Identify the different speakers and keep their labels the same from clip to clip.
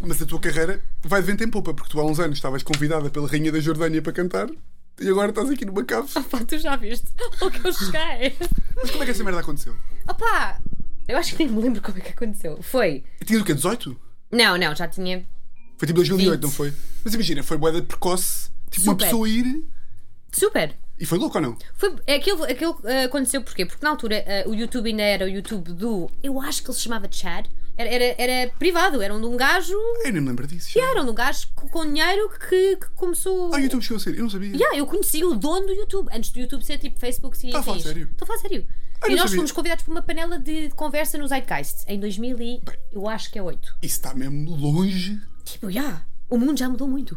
Speaker 1: mas a tua carreira vai de vento em popa, porque tu há uns anos estavas convidada pela Rainha da Jordânia para cantar e agora estás aqui numa cave.
Speaker 2: Pá, tu já viste o que eu cheguei.
Speaker 1: Mas como é que essa merda aconteceu?
Speaker 2: Opa! Eu acho que nem me lembro como é que aconteceu. Foi.
Speaker 1: Tinhas o quê? 18?
Speaker 2: Não, não, já tinha.
Speaker 1: Foi tipo 2008,
Speaker 2: 20.
Speaker 1: não foi? Mas imagina, foi boeda precoce, tipo uma
Speaker 2: Super.
Speaker 1: pessoa ir
Speaker 2: Super!
Speaker 1: e foi louco ou não?
Speaker 2: Foi, aquilo aquilo ah, aconteceu porquê? Porque na altura ah, o YouTube ainda era o YouTube do. Eu acho que ele se chamava Chad. Era, era, era privado, era um de um gajo.
Speaker 1: Eu nem me lembro disso.
Speaker 2: que Era um de um gajo com, com dinheiro que, que começou.
Speaker 1: Ah, o YouTube chegou a ser, eu não sabia.
Speaker 2: Yeah, eu conheci o dono do YouTube, antes do YouTube ser tipo Facebook e
Speaker 1: Tá a falar
Speaker 2: afins.
Speaker 1: sério?
Speaker 2: Estou a falar sério.
Speaker 1: Ah,
Speaker 2: e
Speaker 1: não
Speaker 2: nós
Speaker 1: sabia.
Speaker 2: fomos convidados para uma panela de, de conversa no Zeitgeist em 2000 e eu acho que é 8.
Speaker 1: Isso está mesmo longe.
Speaker 2: Tipo, já, o mundo já mudou muito.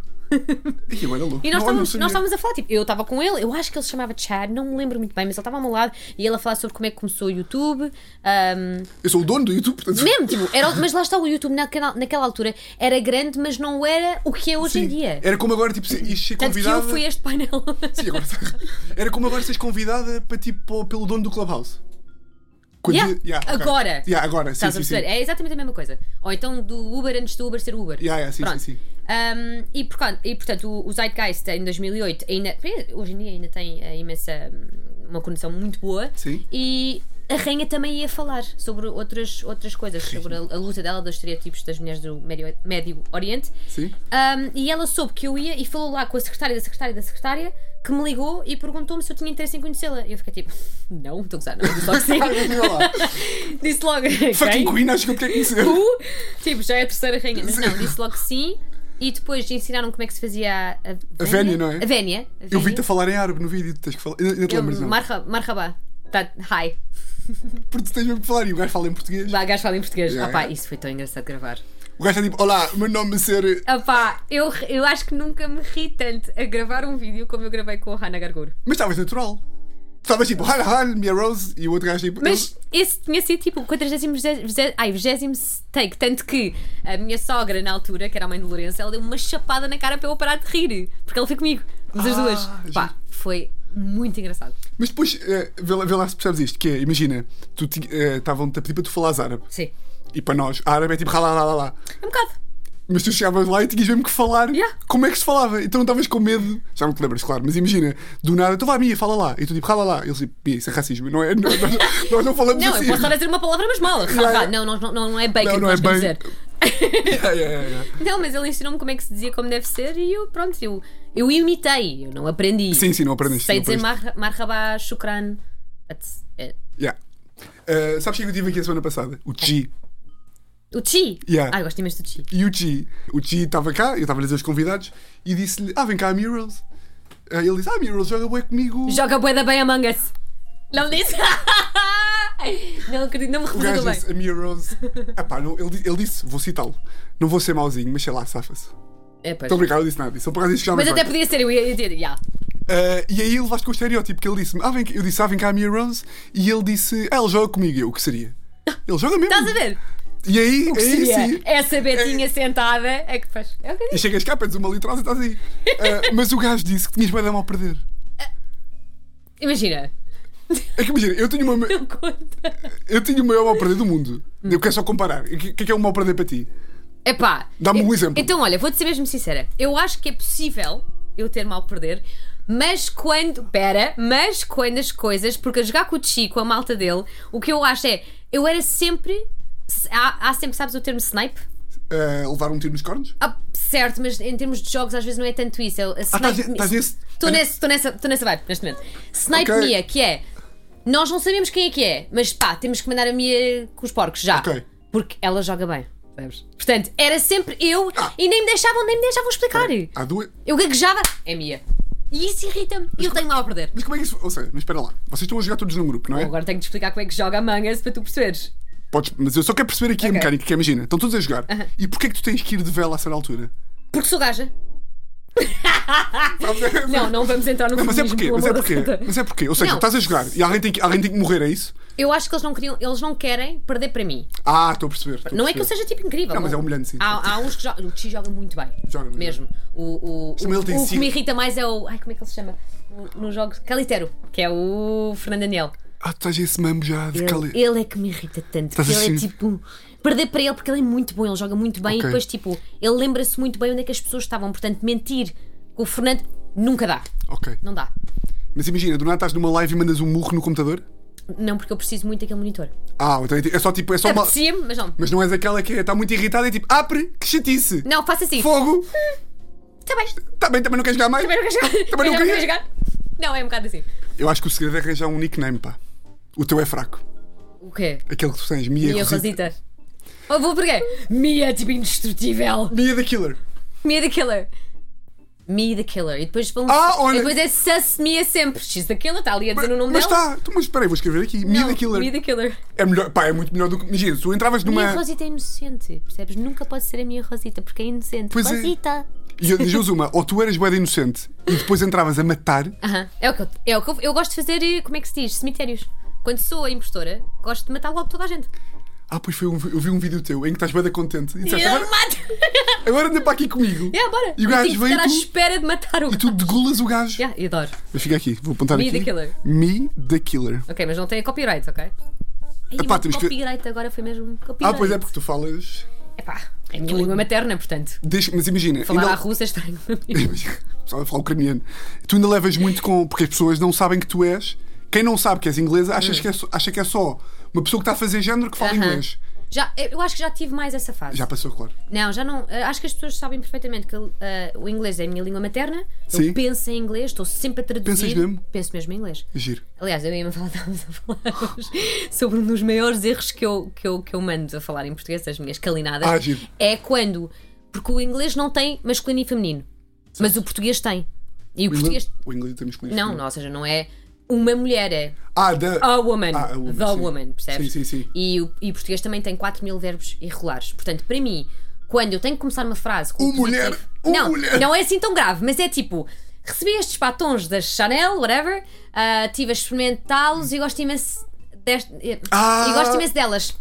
Speaker 1: E agora é louco.
Speaker 2: E nós,
Speaker 1: Não, eu não
Speaker 2: estávamos, nós
Speaker 1: sabia.
Speaker 2: estávamos a falar, tipo, eu estava com ele, eu acho que ele se chamava Chad, não me lembro muito bem, mas ele estava ao meu lado e ele a falar sobre como é que começou o YouTube. ahm,
Speaker 1: Eu sou o dono do YouTube, portanto.
Speaker 2: mesmo, tipo, era, o- mas lá está o YouTube naquela, naquela altura, era grande, mas não era o que é hoje em
Speaker 1: Sim.
Speaker 2: dia.
Speaker 1: Era como agora, tipo, isto ser
Speaker 2: Tanto que eu
Speaker 1: convidada.
Speaker 2: fui a este painel.
Speaker 1: Sim, agora está. Era como agora seres convidada para, tipo, pelo dono do Clubhouse. Quando-
Speaker 2: Yeah.
Speaker 1: Yeah, ok.
Speaker 2: Agora.
Speaker 1: Yeah, agora, sim,
Speaker 2: Estás a
Speaker 1: sim, sim.
Speaker 2: perceber? É exatamente a mesma coisa. Ou então do Uber antes do Uber ser Uber.
Speaker 1: Yeah, yeah, sim,
Speaker 2: Pronto.
Speaker 1: sim, sim.
Speaker 2: Um, e, por causa- e, portanto, o, o Zeitgeist em 2008, ainda, hoje em dia ainda tem eh, imensa. hum, uma condição muito boa.
Speaker 1: Sim.
Speaker 2: E a Rainha também ia falar sobre outras, outras coisas, sobre a, a luta dela dos estereotipos das mulheres do Médio, Médio Oriente.
Speaker 1: Sim.
Speaker 2: Um, e ela soube que eu ia e falou lá com a secretária da secretária da secretária que me ligou e perguntou-me se eu tinha interesse em conhecê-la. E eu fiquei tipo, não, estou a gozar, não, disse logo que
Speaker 1: Ah, eu
Speaker 2: sim.
Speaker 1: digo lá.
Speaker 2: disse logo,
Speaker 1: Fucking
Speaker 2: quem?
Speaker 1: Queen, acho que eu queria conhecer.
Speaker 2: Tu? Tipo, já é a terceira rainha. Mas não, disse logo que sim. E depois ensinaram como é que se fazia a,
Speaker 1: A vénia, não é?
Speaker 2: A vénia. a
Speaker 1: Eu vi-te
Speaker 2: vénia.
Speaker 1: a falar em árabe no vídeo, tens que falar. Ainda ainda te lembras,
Speaker 2: Eu-
Speaker 1: não?
Speaker 2: Marha- Marhaba. Tá, hi.
Speaker 1: Porque tu tens mesmo que falar e o gajo fala em português.
Speaker 2: Vá, gajo fala em português.
Speaker 1: Já,
Speaker 2: Ah pá,
Speaker 1: já.
Speaker 2: isso foi tão engraçado de gravar.
Speaker 1: O gajo está tipo, olá, meu nome é ser.
Speaker 2: Ah pá, eu, eu acho que nunca me ri tanto a gravar um vídeo como eu gravei com a Hannah Garguro.
Speaker 1: Mas estavas natural. Estavas tipo, hi, hi, Mia Rose, e o outro gajo tipo.
Speaker 2: Mas esse tinha sido tipo o 40 ai, 20 take. Tanto que a minha sogra, na altura, que era a mãe do Lourenço, ela deu uma chapada na cara para eu parar de rir. Porque ela foi comigo. Mas as
Speaker 1: Ah,
Speaker 2: duas.
Speaker 1: giro.
Speaker 2: Pá, foi muito engraçado.
Speaker 1: Mas depois, eh, vê, lá, vê lá se percebes isto: que é, imagina, tu ti- eh, estavam-te a pedir para tu falares árabe.
Speaker 2: Sim.
Speaker 1: E para nós, árabe é tipo, ralá, lá, lá, lá.
Speaker 2: É um bocado.
Speaker 1: Mas tu chegavas lá e tinhas mesmo que falar
Speaker 2: Yeah.
Speaker 1: como é que se falava. Então não estavas com medo. Já não te lembras, claro, mas imagina, do nada, tu vá, Mia, fala lá. E tu tipo, rala lá. Eles tipo, Mia, isso é racismo. Não é, não- nós, nós não falamos
Speaker 2: Não, eu
Speaker 1: assim.
Speaker 2: posso estar a dizer uma palavra, mas mal.
Speaker 1: Claro.
Speaker 2: Não, não, não, não é bacon
Speaker 1: Não,
Speaker 2: que
Speaker 1: não é
Speaker 2: nós queremos
Speaker 1: bem-
Speaker 2: dizer.
Speaker 1: Yeah, yeah, yeah, yeah.
Speaker 2: Não, mas ele ensinou-me como é que se dizia como deve ser e eu, pronto, eu, eu imitei, eu não aprendi.
Speaker 1: Sim, sim, não aprendeste,
Speaker 2: Sei
Speaker 1: não
Speaker 2: dizer mar, marhaba, shukran. at- eh,
Speaker 1: Yeah. Eh, sabes quem é que eu tive aqui a semana passada? O Chi.
Speaker 2: O chi.
Speaker 1: Yeah.
Speaker 2: Ah, eu gosto imenso do chi.
Speaker 1: E o Chi. O Chi estava cá, eu estava a dizer os convidados, e disse-lhe, ah, vem cá a Mia Rose. Aí ele disse, ah, Mia Rose, joga bué comigo.
Speaker 2: Joga boeda bem Among Us. Não disse? não acredito, não me
Speaker 1: O gajo
Speaker 2: representou bem.
Speaker 1: disse, a Mia Rose. Epá, não, ele, di- ele disse, vou citá-lo. Não vou ser mauzinho, mas sei lá, safa-se.
Speaker 2: É, pois.
Speaker 1: Estou a brincar, eu disse nada disso. Ele por acaso disse que já é
Speaker 2: Mas
Speaker 1: me
Speaker 2: até
Speaker 1: vai.
Speaker 2: podia ser, eu ia dizer, yeah.
Speaker 1: Ah, e aí ele levaste com o estereótipo que ele disse-me, ah, vem, cá- eu disse, ah, vem cá a Mia Rose, e ele disse, ah, ele joga comigo, E eu, o que seria? Ele joga mesmo.
Speaker 2: Estás a ver?
Speaker 1: E aí,
Speaker 2: O que
Speaker 1: aí
Speaker 2: seria?
Speaker 1: É sim.
Speaker 2: Essa betinha sentada é que faz. É o que eu
Speaker 1: E
Speaker 2: digo.
Speaker 1: chegas cá, pedes uma litrosa e estás aí. Ah, mas o gajo disse que tinhas bem mal a perder.
Speaker 2: Imagina,
Speaker 1: É que imagina, eu tenho uma.
Speaker 2: não conta.
Speaker 1: Eu tenho o maior mal perder do mundo. Eu quero só comparar. O que o que é que é um mal perder para ti?
Speaker 2: Epá.
Speaker 1: Dá-me um
Speaker 2: eu-
Speaker 1: exemplo.
Speaker 2: Então, olha, vou-te ser mesmo sincera. Eu acho que é possível eu ter mal perder, mas quando. Pera, mas quando as coisas. Porque a jogar com o Chi, com a malta dele, o que eu acho é. Eu era sempre. Há, há sempre, sabes o termo snipe?
Speaker 1: Ah, levar um tiro nos cornos?
Speaker 2: Ah, certo, mas em termos de jogos às vezes não é tanto isso. É, o- a
Speaker 1: estás-
Speaker 2: snipe-
Speaker 1: estás nesse-
Speaker 2: Estou nesse- estou nessa, estou nessa vibe, neste momento. Snipe
Speaker 1: Ok.
Speaker 2: Mia, que é. Nós não sabemos quem é que é, mas pá, temos que mandar a Mia com os porcos já.
Speaker 1: Ok.
Speaker 2: Porque ela joga bem. Sabes? Portanto, era sempre eu
Speaker 1: Ah.
Speaker 2: e nem me deixavam, nem me deixavam explicar.
Speaker 1: Há duas.
Speaker 2: Eu gaguejava. É Mia. E isso irrita-me. E eu tenho mal a perder.
Speaker 1: Mas como é que isso. Ou seja, mas espera lá. Vocês estão a jogar todos num grupo, não é?
Speaker 2: Agora tenho de explicar como é que joga a mangas para tu perceberes.
Speaker 1: Podes- mas eu só quero perceber aqui a
Speaker 2: Ok. Uhum.
Speaker 1: mecânica, que é, imagina. Estão todos a jogar. E porquê é que tu tens que ir de vela a certa altura?
Speaker 2: Porque sou gaja. Não, não vamos entrar no
Speaker 1: Mas é
Speaker 2: feminismo,
Speaker 1: porquê?
Speaker 2: pelo
Speaker 1: Mas é
Speaker 2: amor da
Speaker 1: porquê?
Speaker 2: santa.
Speaker 1: Mas é porquê? Ou seja,
Speaker 2: Não.
Speaker 1: estás a jogar e alguém tem que, alguém tem que morrer, é isso?
Speaker 2: Eu acho que eles não queriam, eles não querem perder para mim.
Speaker 1: Ah, estou a perceber. estou a
Speaker 2: Não é que eu
Speaker 1: perceber.
Speaker 2: seja tipo incrível.
Speaker 1: Não, mas é humilhante, sim.
Speaker 2: Há, há uns que jogam. O Chi joga muito bem.
Speaker 1: Joga muito
Speaker 2: mesmo. O, o,
Speaker 1: Mas ele tem
Speaker 2: o, o que
Speaker 1: sido-
Speaker 2: me irrita mais é o. Ai, como é que ele se chama? No- Nos jogos. Caliteiro, que é o Fernando Daniel.
Speaker 1: Ah, tu estás esse mambo já de
Speaker 2: Ele,
Speaker 1: cali...
Speaker 2: ele é que me irrita tanto.
Speaker 1: Estás
Speaker 2: porque Ele é
Speaker 1: assim-
Speaker 2: tipo. Perder para ele porque ele é muito bom, ele joga muito bem e
Speaker 1: Ok.
Speaker 2: depois, tipo, ele lembra-se muito bem onde é que as pessoas estavam. Portanto, mentir com o Fernando nunca dá.
Speaker 1: Ok.
Speaker 2: Não dá.
Speaker 1: Mas imagina, do nada estás numa live e mandas um murro no computador?
Speaker 2: Não, porque eu preciso muito daquele monitor.
Speaker 1: Ah, então é ti- é só tipo, é só uma...
Speaker 2: Apetecia-me, mas não.
Speaker 1: Mas não és aquela que está muito irritada e tipo, apre, que chatice!
Speaker 2: Não, faça assim.
Speaker 1: Fogo!
Speaker 2: Tá bem.
Speaker 1: Também, também não queres jogar mais?
Speaker 2: Também não quero jogar.
Speaker 1: Também não
Speaker 2: já
Speaker 1: queres?
Speaker 2: jogar. Não, é um bocado assim.
Speaker 1: Eu acho que o segredo é arranjar um nickname, pá. O teu é fraco.
Speaker 2: O quê?
Speaker 1: Aquele que tu tens, Mia,
Speaker 2: Mia
Speaker 1: Rosita.
Speaker 2: Rosita. Oh, vou porquê?
Speaker 1: é
Speaker 2: Mia, tipo, indestrutível.
Speaker 1: Mia the Killer.
Speaker 2: Mia the Killer. Mia the Killer. E depois vão.
Speaker 1: Ah, olha-
Speaker 2: e depois é Sus Mia sempre. She's the Killer, está ali a dizer o nome
Speaker 1: mas
Speaker 2: dela.
Speaker 1: está, tu- mas espera aí, vou escrever aqui. Mia
Speaker 2: Não,
Speaker 1: the Killer.
Speaker 2: Mia the Killer.
Speaker 1: É melhor, pá, é muito melhor do que. Imagina, se tu entravas
Speaker 2: Minha
Speaker 1: numa.
Speaker 2: Rosita é inocente, percebes? Nunca pode ser a minha Rosita, porque é inocente.
Speaker 1: Pois é.
Speaker 2: Rosita!
Speaker 1: E eu dizias uma, ou tu eras boeda inocente e depois entravas a matar.
Speaker 2: Aham. É o que eu, é o que eu, eu gosto de fazer, eh, como é que se diz? Cemitérios. Quando sou a impostora, gosto de matar logo toda a gente.
Speaker 1: Ah, pois foi um, eu vi um vídeo teu em que estás boeda contente e
Speaker 2: E
Speaker 1: disseste,
Speaker 2: eu
Speaker 1: agora,
Speaker 2: mato!
Speaker 1: agora anda para aqui comigo.
Speaker 2: yeah, bora!
Speaker 1: E o
Speaker 2: Eu
Speaker 1: gajo
Speaker 2: tenho que
Speaker 1: veio
Speaker 2: estar à
Speaker 1: e tu-
Speaker 2: espera de matar o
Speaker 1: E tu degulas o gajo.
Speaker 2: Yeah, eu adoro.
Speaker 1: Eu fico aqui, vou apontar
Speaker 2: Me
Speaker 1: aqui.
Speaker 2: the Killer.
Speaker 1: Me the Killer.
Speaker 2: Ok, mas não tem copyright, ok? Ai,
Speaker 1: Epá,
Speaker 2: o
Speaker 1: temos que-
Speaker 2: copyright agora foi mesmo
Speaker 1: Ah,
Speaker 2: copyright.
Speaker 1: pois é, porque Então, tu falas.
Speaker 2: Epá, é a minha língua materna, portanto.
Speaker 1: Deixa- mas imagina.
Speaker 2: Falar
Speaker 1: ainda-
Speaker 2: à russa é estranho.
Speaker 1: Estava a falar ucraniano. Tu ainda levas muito com. Porque as pessoas não sabem que tu és. Quem não sabe que és inglesa achas que é só- acha que é só uma pessoa que está a fazer género que fala
Speaker 2: Hum. Aham.
Speaker 1: inglês.
Speaker 2: Já, eu acho que já tive mais essa fase.
Speaker 1: Já passou, claro.
Speaker 2: Não, já não. eh, Acho que as pessoas sabem perfeitamente que eh, o inglês é a minha língua materna.
Speaker 1: Sim.
Speaker 2: Eu penso em inglês, estou sempre a traduzir.
Speaker 1: Pensas mesmo?
Speaker 2: Penso mesmo em inglês.
Speaker 1: Giro.
Speaker 2: Aliás, eu e a Mafalda estávamos a falar hoje sobre um dos maiores erros que eu, que, eu, que eu mando a falar em português, as minhas calinadas.
Speaker 1: Ah, giro.
Speaker 2: É quando. Porque o inglês não tem masculino e feminino, mas o português tem. E o
Speaker 1: O inglês,
Speaker 2: português.
Speaker 1: o inglês temos que
Speaker 2: Não, não, ou seja, não é uma mulher, é
Speaker 1: Ah, da.
Speaker 2: a woman.
Speaker 1: Ah, a woman,
Speaker 2: the
Speaker 1: sim.
Speaker 2: woman, percebes?
Speaker 1: Sim, sim, sim.
Speaker 2: E o e o português também tem 4 mil verbos irregulares. Portanto, para mim, quando eu tenho que começar uma frase com.
Speaker 1: Um mulher,
Speaker 2: positivo-
Speaker 1: um
Speaker 2: não,
Speaker 1: mulher.
Speaker 2: não é assim tão grave, mas é tipo. Recebi estes batons da Chanel, whatever, ah, tive a experimentá-los e gosto imenso. Deste, e-
Speaker 1: Ah.
Speaker 2: E gosto imenso delas.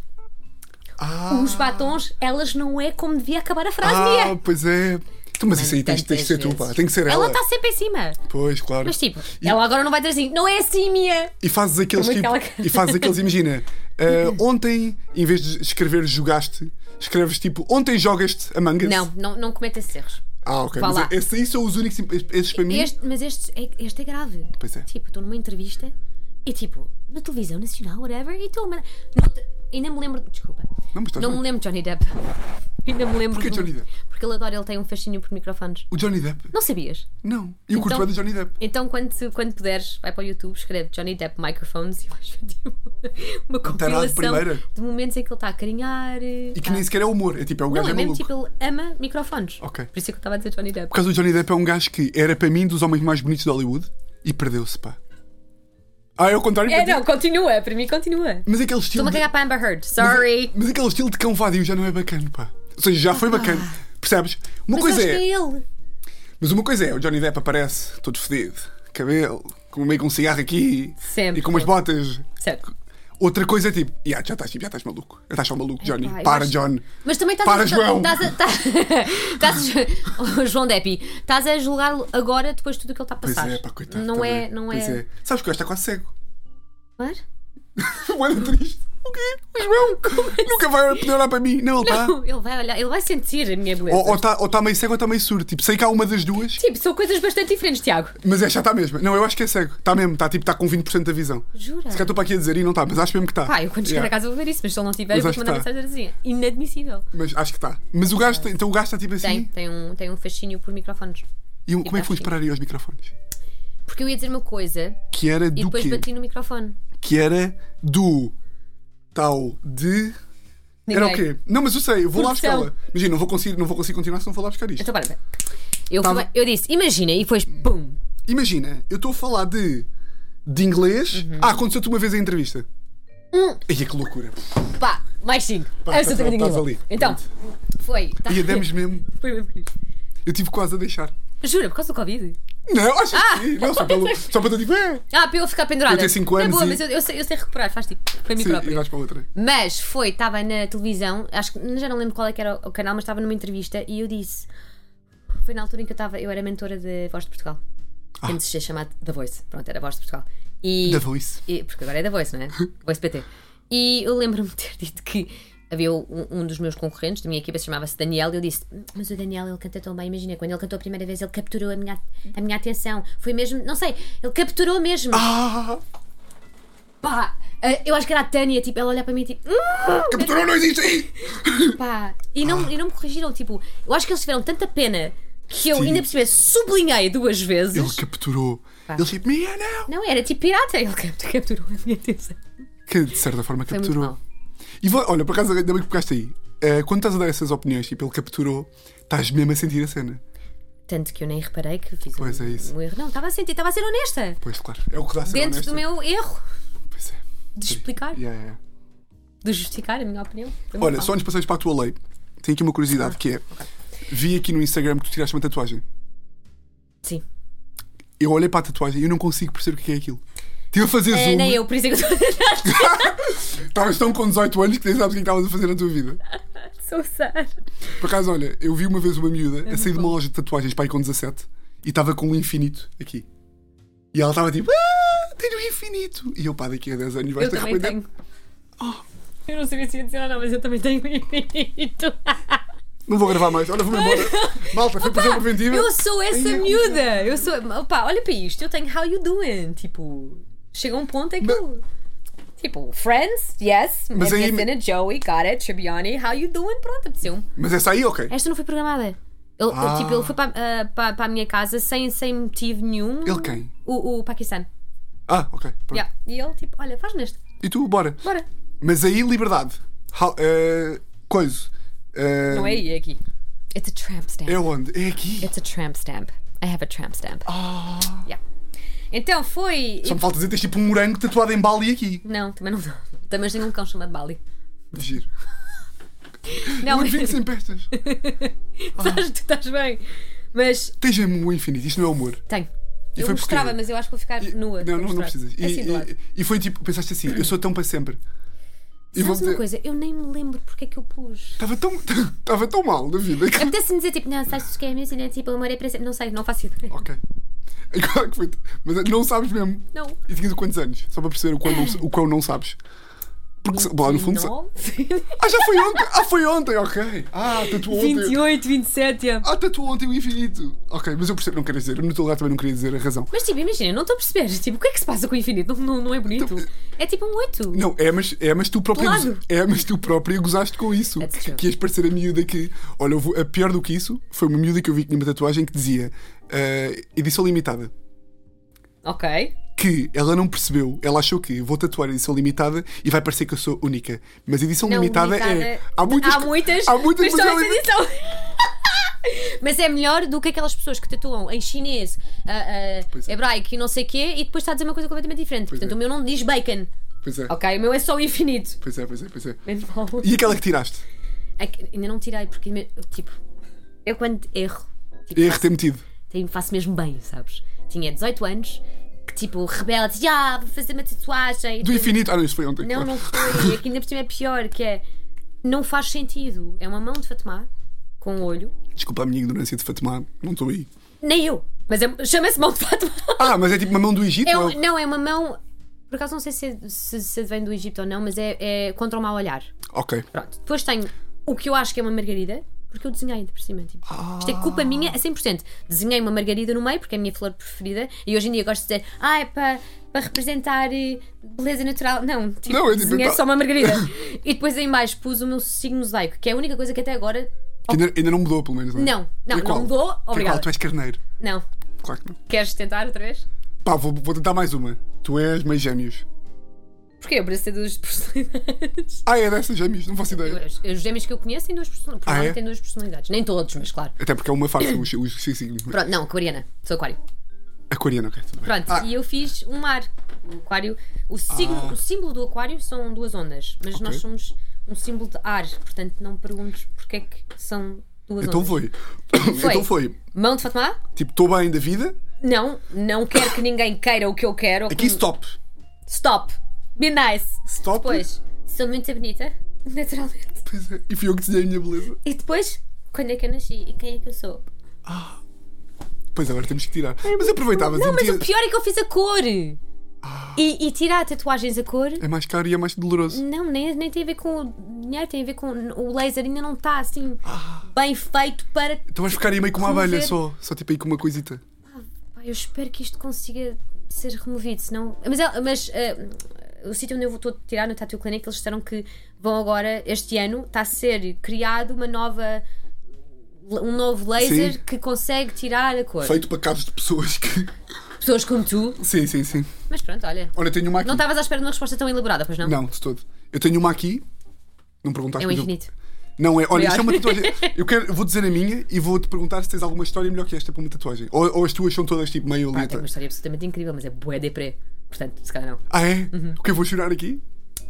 Speaker 1: Ah,
Speaker 2: Os batons, elas não é como devia acabar a frase
Speaker 1: ah
Speaker 2: minha.
Speaker 1: pois é. Então, mas isso aí tens,
Speaker 2: Tantas
Speaker 1: tens de ser tu, pá.
Speaker 2: vezes.
Speaker 1: Tem que ser ela.
Speaker 2: Ela está sempre em cima.
Speaker 1: Pois, claro.
Speaker 2: Mas tipo,
Speaker 1: E-
Speaker 2: ela agora não vai dizer assim, não é assim, minha.
Speaker 1: E fazes aqueles
Speaker 2: Como
Speaker 1: tipo,
Speaker 2: aquela que-
Speaker 1: E fazes aqueles, imagina. ah, ontem, em vez de escrever jogaste, escreves tipo ontem jogaste a mangas.
Speaker 2: Não, não, não cometa esses erros.
Speaker 1: Ah, ok.
Speaker 2: Vá lá.
Speaker 1: Mas esse, esses são os únicos. Esses para mim.
Speaker 2: Este- mas este é, este é grave.
Speaker 1: Hum? Pois é.
Speaker 2: Tipo, estou numa entrevista e tipo, na televisão nacional, whatever, e estou. a mandar- Não te- Ainda me lembro. Desculpa.
Speaker 1: Não, mas estás
Speaker 2: Não me
Speaker 1: bem.
Speaker 2: lembro de Johnny Depp. Ainda me lembro.
Speaker 1: Porquê
Speaker 2: do-
Speaker 1: Johnny Depp?
Speaker 2: Porque ele adora, ele tem um fascínio por microfones.
Speaker 1: O Johnny Depp?
Speaker 2: Não sabias?
Speaker 1: Não. E o curto
Speaker 2: Então-
Speaker 1: é do Johnny Depp.
Speaker 2: Então, quando, se- quando puderes, vai para o YouTube, escreve Johnny Depp Microphones e vais ver tipo,
Speaker 1: tarado Tá
Speaker 2: uma
Speaker 1: de
Speaker 2: compilação
Speaker 1: primeira.
Speaker 2: de momentos em que ele está a carinhar. eh, tá.
Speaker 1: E que nem sequer é humor. É tipo, é o
Speaker 2: Ah. Não,
Speaker 1: gajo
Speaker 2: é
Speaker 1: é
Speaker 2: mesmo
Speaker 1: maluco.
Speaker 2: tipo, ele ama microfones.
Speaker 1: Ok.
Speaker 2: Por isso é que eu estava a dizer Johnny Depp.
Speaker 1: Por causa do Johnny Depp é um gajo que era para mim dos homens mais bonitos de Hollywood e perdeu-se, pá. Ah, é o contrário
Speaker 2: É,
Speaker 1: para ti?
Speaker 2: não, continua, para mim continua.
Speaker 1: Mas aquele estilo.
Speaker 2: Estou-me a
Speaker 1: de-
Speaker 2: cagar para Amber Heard. Sorry.
Speaker 1: Mas aquele estilo de cão vadio já não é bacana, pá. Ou seja, já foi bacana. Percebes? Uma
Speaker 2: Mas
Speaker 1: coisa
Speaker 2: acho
Speaker 1: é.
Speaker 2: que é ele.
Speaker 1: Mas uma coisa é, o Johnny Depp aparece todo fedido, cabelo, com meio com um cigarro aqui
Speaker 2: Sempre.
Speaker 1: e com umas botas.
Speaker 2: Certo.
Speaker 1: Outra coisa é tipo, "Ya, já estás, tipo, já estás maluco. Já estás só maluco, Johnny.
Speaker 2: Epá, eu
Speaker 1: Para,
Speaker 2: acho-
Speaker 1: John.
Speaker 2: Mas também estás
Speaker 1: Para,
Speaker 2: a.
Speaker 1: João.
Speaker 2: Estás a. Estás estás a- Oh, João Deppi, estás a julgá-lo agora depois de tudo o que ele está a
Speaker 1: Pois
Speaker 2: passar.
Speaker 1: é, pá, coitado.
Speaker 2: Não
Speaker 1: também.
Speaker 2: é. Não
Speaker 1: Pois
Speaker 2: é.
Speaker 1: Sabes que o gajo está quase cego.
Speaker 2: Mas?
Speaker 1: Ué, triste. O quê? O João? é Nunca vai poder olhar para mim. Não, ele está.
Speaker 2: Não, ele vai olhar, ele vai sentir a minha beleza.
Speaker 1: Ou está meio cego ou está meio surdo. Tipo, sei que há uma das duas,
Speaker 2: Tipo, são coisas bastante diferentes, Tiago.
Speaker 1: mas é já está mesmo. Não, eu acho que é cego. Está mesmo, está tipo, está com 20% da visão.
Speaker 2: Jura?
Speaker 1: Se calhar estou para aqui a dizer e não está, mas acho mesmo que está.
Speaker 2: Pá, eu quando chegar
Speaker 1: Yeah.
Speaker 2: a casa vou ver isso, mas se ele não tiver,
Speaker 1: Mas
Speaker 2: vou
Speaker 1: acho
Speaker 2: te mandar
Speaker 1: que tá.
Speaker 2: mensagem assim. Inadmissível.
Speaker 1: Mas acho que está. Mas o gajo, tem- então o gajo está tipo assim.
Speaker 2: Tem, tem um, tem um fascínio por microfones.
Speaker 1: E um- como é que
Speaker 2: acho
Speaker 1: fomos
Speaker 2: que-
Speaker 1: parar aí aos microfones?
Speaker 2: Porque eu ia dizer uma coisa
Speaker 1: Que era
Speaker 2: e
Speaker 1: do
Speaker 2: depois
Speaker 1: quê?
Speaker 2: bati no microfone.
Speaker 1: Que era do tal de. Era o
Speaker 2: Ninguém.
Speaker 1: quê? Não, mas eu sei, eu vou lá
Speaker 2: Produção.
Speaker 1: buscá-la. Imagina, não vou, conseguir, não vou conseguir continuar se não vou lá buscar isto.
Speaker 2: Então, para, para. Eu,
Speaker 1: Tava-
Speaker 2: eu disse, imagina, e depois, pum,
Speaker 1: Imagina, eu estou a falar de. de inglês. Ah, aconteceu-te uma vez a entrevista.
Speaker 2: Uhum. Hum.
Speaker 1: E que loucura.
Speaker 2: Pá, mais 5.
Speaker 1: Pá,
Speaker 2: Absolutamente
Speaker 1: estás-
Speaker 2: incrível.
Speaker 1: estás ali.
Speaker 2: Então, foi. Tá.
Speaker 1: E a demos mesmo.
Speaker 2: Foi bem bonito.
Speaker 1: Eu tive quase a deixar.
Speaker 2: Jura, por causa do Covid?
Speaker 1: Não, acho que sim. Não, só pelo. Só para eu tipo, é.
Speaker 2: Ah, para eu ficar pendurada.
Speaker 1: Eu tenho cinco
Speaker 2: É
Speaker 1: anos
Speaker 2: boa,
Speaker 1: e-
Speaker 2: mas eu, eu sei, eu sei recuperar, faz tipo, para mim
Speaker 1: Sim, e
Speaker 2: própria.
Speaker 1: vais para outra.
Speaker 2: Mas foi, estava na televisão, acho que já não lembro qual é que era o canal, mas estava numa entrevista e eu disse.
Speaker 1: Ah.
Speaker 2: Foi na altura em que eu estava, eu era mentora de Voz de Portugal. Antes de ser chamado The Voice, pronto, era Voz de Portugal. E,
Speaker 1: Da Voice.
Speaker 2: e- porque agora é da Voice, não é? Voice PT. E eu lembro-me de ter dito que havia um, um dos meus concorrentes da minha equipa, chamava-se Daniel, e eu disse: Mas o Daniel, ele canta tão bem, imagina, quando ele cantou a primeira vez, ele capturou a minha, a minha atenção. Foi mesmo, não sei, ele capturou mesmo.
Speaker 1: Ah!
Speaker 2: Pá! eh, Eu acho que era a Tânia, tipo, ela olha para mim tipo, "Hum,
Speaker 1: Capturou, não existe aí!
Speaker 2: pá! E não,
Speaker 1: Ah!
Speaker 2: e não me corrigiram, tipo, eu acho que eles tiveram tanta pena que eu
Speaker 1: Sim.
Speaker 2: ainda por cima sublinhei duas vezes.
Speaker 1: Ele capturou. Ele tipo, minha não!
Speaker 2: Não, era tipo pirata, ele cap- capturou a minha atenção.
Speaker 1: Que de certa forma
Speaker 2: muito
Speaker 1: capturou.
Speaker 2: mal.
Speaker 1: E vo- olha, por acaso, ainda bem que colocaste aí. Eh, quando estás a dar essas opiniões, tipo, ele capturou, estás mesmo a sentir a cena.
Speaker 2: Tanto que eu nem reparei que fiz
Speaker 1: Pois
Speaker 2: um,
Speaker 1: é isso.
Speaker 2: um erro. Não, estava a sentir, estava a ser honesta.
Speaker 1: Pois, claro. É o que dá a ser
Speaker 2: Dentro
Speaker 1: honesta.
Speaker 2: do meu Ah. erro
Speaker 1: Pois é.
Speaker 2: de explicar,
Speaker 1: Yeah, yeah.
Speaker 2: de justificar, a minha opinião. Foi muito
Speaker 1: Olha,
Speaker 2: mal.
Speaker 1: só antes passamos para a tua lei. Tenho aqui uma
Speaker 2: Ah,
Speaker 1: curiosidade que é: vi aqui no Instagram que tu tiraste uma tatuagem.
Speaker 2: Sim.
Speaker 1: Eu olhei para a tatuagem e eu não consigo perceber o que é aquilo. Estive a fazer
Speaker 2: Eh,
Speaker 1: zoom.
Speaker 2: nem eu, por isso é que eu estou
Speaker 1: Estavas tão com 18 anos que nem sabes o que é que estavas a fazer na tua vida.
Speaker 2: a usar.
Speaker 1: Por acaso, olha, eu vi uma vez uma miúda
Speaker 2: Uhum.
Speaker 1: a sair de uma loja de tatuagens pai com 17 e estava com o infinito aqui. E ela estava tipo, ah, tenho o infinito. E eu, pá, daqui a 10 anos
Speaker 2: Eu
Speaker 1: vais-te
Speaker 2: também
Speaker 1: arrepender.
Speaker 2: tenho.
Speaker 1: Ah.
Speaker 2: Eu não sabia se ia dizer ou não, mas eu também tenho infinito.
Speaker 1: Não vou gravar mais, olha, vou-me embora. Malta, foi para
Speaker 2: Pá,
Speaker 1: uma vendida.
Speaker 2: eu sou essa
Speaker 1: Ai, é
Speaker 2: miúda! Eu sou. Opá, olha para isto, eu tenho how you doing? Tipo, chega um ponto em que.
Speaker 1: Mas-
Speaker 2: eu- Tipo, friends, yes,
Speaker 1: Mas
Speaker 2: mas
Speaker 1: aí-
Speaker 2: Joey, got it, Tribbiani, how you doing? Pronto, apeteceu um
Speaker 1: Mas essa aí, ok.
Speaker 2: Esta não foi programada. Ele, ele,
Speaker 1: Ah.
Speaker 2: tipo, ele foi para, ah, para, para a minha casa sem, sem motivo nenhum.
Speaker 1: Ele quem?
Speaker 2: O, o Paquistano.
Speaker 1: Ah, ok. pronto.
Speaker 2: Yeah. E ele, tipo, olha, faz neste.
Speaker 1: E tu, bora.
Speaker 2: Bora.
Speaker 1: Mas aí, liberdade. How- eh, coisa. Eh,
Speaker 2: Não é aí, é aqui. It's a tramp stamp.
Speaker 1: É onde? É aqui.
Speaker 2: It's a tramp stamp. I have a tramp stamp.
Speaker 1: Ah.
Speaker 2: Yeah. Então foi.
Speaker 1: Só me falta dizer, tens tipo um morango tatuado em Bali aqui.
Speaker 2: Não, também não dou. Também tenho um cão chamado Bali.
Speaker 1: Giro.
Speaker 2: Não,
Speaker 1: Um infinito sem pestas.
Speaker 2: estás, tu estás bem. Mas
Speaker 1: Tens mesmo o infinito, isto não é humor.
Speaker 2: tenho.
Speaker 1: E
Speaker 2: eu
Speaker 1: foi
Speaker 2: mostrava,
Speaker 1: porquê?
Speaker 2: mas eu acho que vou ficar
Speaker 1: E-
Speaker 2: nua.
Speaker 1: Não,
Speaker 2: para
Speaker 1: não, não
Speaker 2: mostrar.
Speaker 1: precisas. E,
Speaker 2: Assim do lado.
Speaker 1: e- e foi tipo, pensaste assim, eu sou tão para sempre. E
Speaker 2: Sabes uma
Speaker 1: dizer,
Speaker 2: coisa? Eu nem me lembro porque é que eu pus.
Speaker 1: estava tão, estava tão mal na vida. que-
Speaker 2: Apetece-me dizer tipo, não, sabes que é mesmo, né? tipo, amor é para sempre. Não sei, não faço ideia.
Speaker 1: ok. E qual é que foi? Mas não sabes mesmo.
Speaker 2: Não.
Speaker 1: E tinhas quantos anos? Só para perceber o quão não, o quão não sabes. Porque lá no fundo. sa-
Speaker 2: 29,
Speaker 1: Ah, já foi ontem! Ah, foi ontem, ok! Ah, tatuou ontem.
Speaker 2: 28, 27. yeah.
Speaker 1: Ah, tatuou ontem o infinito. Ok, mas eu percebo, não quero dizer. No teu lugar também não queria dizer a razão.
Speaker 2: Mas tipo, imagina, não estou a perceber. Tipo, o que é que se passa com o infinito? Não, não, não é
Speaker 1: Então,
Speaker 2: bonito. É tipo um 8.
Speaker 1: Não, é mas, é, mas tu própria
Speaker 2: Pelado.
Speaker 1: goza- é, mas tu própria gozaste com isso.
Speaker 2: That's
Speaker 1: Que-
Speaker 2: true.
Speaker 1: Que ias parecer a miúda que. Olha, eu vou- a pior do que isso foi uma miúda que eu vi que tinha uma tatuagem que dizia eh, edição limitada.
Speaker 2: Ok.
Speaker 1: Que ela não percebeu, ela achou que vou tatuar edição limitada e vai parecer que eu sou única. Mas edição
Speaker 2: Não,
Speaker 1: limitada, é.
Speaker 2: limitada-
Speaker 1: Há muitas.
Speaker 2: Há muitas,
Speaker 1: há muitas,
Speaker 2: mas só
Speaker 1: ela-
Speaker 2: essa edição. Mas é melhor do que aquelas pessoas que tatuam em chinês, ah, ah,
Speaker 1: Pois é.
Speaker 2: hebraico e não sei o quê, e depois está a dizer uma coisa completamente diferente. Portanto,
Speaker 1: é.
Speaker 2: o meu não diz bacon,
Speaker 1: Pois é,
Speaker 2: ok? O meu é só o infinito.
Speaker 1: pois é, pois é, pois é.
Speaker 2: Menos mal.
Speaker 1: E aquela que tiraste?
Speaker 2: É que Ainda não tirei, porque, me- tipo, eu quando erro, tipo,
Speaker 1: Erro ter metido.
Speaker 2: tenho- faço mesmo bem, sabes? Tinha 18 anos, que tipo, rebelde, já, vou fazer uma tatuagem. e
Speaker 1: Do
Speaker 2: depois-
Speaker 1: infinito. Ah, não, isso foi ontem.
Speaker 2: Não,
Speaker 1: claro.
Speaker 2: não foi. É que ainda por cima é pior, que é. Não faz sentido. É uma mão de Fatma com um olho.
Speaker 1: Desculpa a minha ignorância de Fatma, não estou aí.
Speaker 2: Nem eu. Mas é- chama-se mão de Fatma.
Speaker 1: Ah, mas é tipo uma mão do Egito?
Speaker 2: É
Speaker 1: ou-
Speaker 2: um- não, é uma mão. Por acaso não sei se, é, se, se vem do Egito ou não, mas é, é contra o mau olhar.
Speaker 1: Ok.
Speaker 2: Pronto. Depois tenho o que eu acho que é uma margarida, porque eu desenhei ainda por cima. Tipo, Isto é
Speaker 1: Oh.
Speaker 2: culpa minha a 100%. Desenhei uma margarida no meio, porque é a minha flor preferida, e hoje em dia gosto de dizer, ah, é para. Para representar eh, beleza natural. Não, tipo,
Speaker 1: Não, é tipo,
Speaker 2: desenhei
Speaker 1: tá-
Speaker 2: só uma margarida. e depois em baixo pus o meu signo mosaico, que é a única coisa que até agora.
Speaker 1: Que ainda, ainda não mudou, pelo menos. Não, é?
Speaker 2: Não, não,
Speaker 1: E qual?
Speaker 2: não mudou,
Speaker 1: Que é
Speaker 2: obrigada.
Speaker 1: qual? Tu é? és carneiro.
Speaker 2: Não.
Speaker 1: Claro que não.
Speaker 2: Queres tentar outra vez?
Speaker 1: Pá, vou, vou tentar mais uma. Tu és meio gêmeos.
Speaker 2: Porquê? Eu pareço ter duas personalidades.
Speaker 1: Ah, é dessas gêmeos, não faço ideia.
Speaker 2: Os, os gêmeos que eu conheço têm duas personalidades.
Speaker 1: Ah, é?
Speaker 2: têm duas personalidades. Nem todos, mas claro.
Speaker 1: Até porque é uma farsa, os, os sim, sim.
Speaker 2: Pronto, não, aquariana. Sou aquário.
Speaker 1: Aquariano, ok, tudo bem.
Speaker 2: Pronto,
Speaker 1: Ah,
Speaker 2: e eu fiz um mar. O aquário. O, signo,
Speaker 1: Ah.
Speaker 2: o símbolo do aquário são duas ondas, mas nós
Speaker 1: Ok.
Speaker 2: somos um símbolo de ar. Portanto, não me perguntes porque é que são duas
Speaker 1: então
Speaker 2: ondas.
Speaker 1: foi. Então foi.
Speaker 2: Mão de Fatma?
Speaker 1: Tipo, estou bem da vida.
Speaker 2: Não, não quero que ninguém queira o que eu quero. ou
Speaker 1: Aqui
Speaker 2: que-
Speaker 1: stop.
Speaker 2: Stop. Be nice.
Speaker 1: É Stop.
Speaker 2: Depois, sou muito bonita, naturalmente.
Speaker 1: Pois é. E fui eu que desenhei a minha beleza.
Speaker 2: E depois, quando é que eu nasci e quem é que eu sou?
Speaker 1: Pois agora temos que tirar. Mas aproveitavas
Speaker 2: É Não,
Speaker 1: e
Speaker 2: mas
Speaker 1: metias.
Speaker 2: o pior é que eu fiz a cor.
Speaker 1: Ah.
Speaker 2: E, e tirar tatuagens a cor.
Speaker 1: É mais caro e é mais doloroso.
Speaker 2: Não, nem, nem tem a ver com o dinheiro, tem a ver com o laser ainda não está assim bem feito para.
Speaker 1: Então vais ficar aí meio com uma
Speaker 2: Remover.
Speaker 1: abelha só. Só tipo aí com uma coisita.
Speaker 2: Pá, eu espero que isto consiga ser removido, senão. Mas, é- mas ah, o sítio onde eu vou tô a tirar no Tattoo Clinic, eles disseram que vão agora, este ano, está a ser criado uma nova. Um novo laser
Speaker 1: Sim.
Speaker 2: que consegue tirar a cor.
Speaker 1: Feito para casos de pessoas que.
Speaker 2: Pessoas como tu.
Speaker 1: Sim, sim, sim.
Speaker 2: Mas pronto, olha.
Speaker 1: Olha, eu tenho uma aqui.
Speaker 2: Não estavas à espera de uma resposta tão elaborada, pois não?
Speaker 1: Não, de todo. Eu tenho uma aqui. Não perguntaste
Speaker 2: É o
Speaker 1: mas eu-
Speaker 2: infinito.
Speaker 1: Não é, olha, isto é uma
Speaker 2: Obrigada.
Speaker 1: tatuagem. Eu, quero, eu vou dizer a minha e vou-te perguntar se tens alguma história melhor que esta para uma tatuagem. Ou, ou as tuas são todas tipo meio
Speaker 2: Pá, tem
Speaker 1: letra.
Speaker 2: uma história absolutamente incrível, mas é bué deprê. Portanto, se calhar não.
Speaker 1: Ah, é?
Speaker 2: Uhum.
Speaker 1: O que eu vou chorar aqui?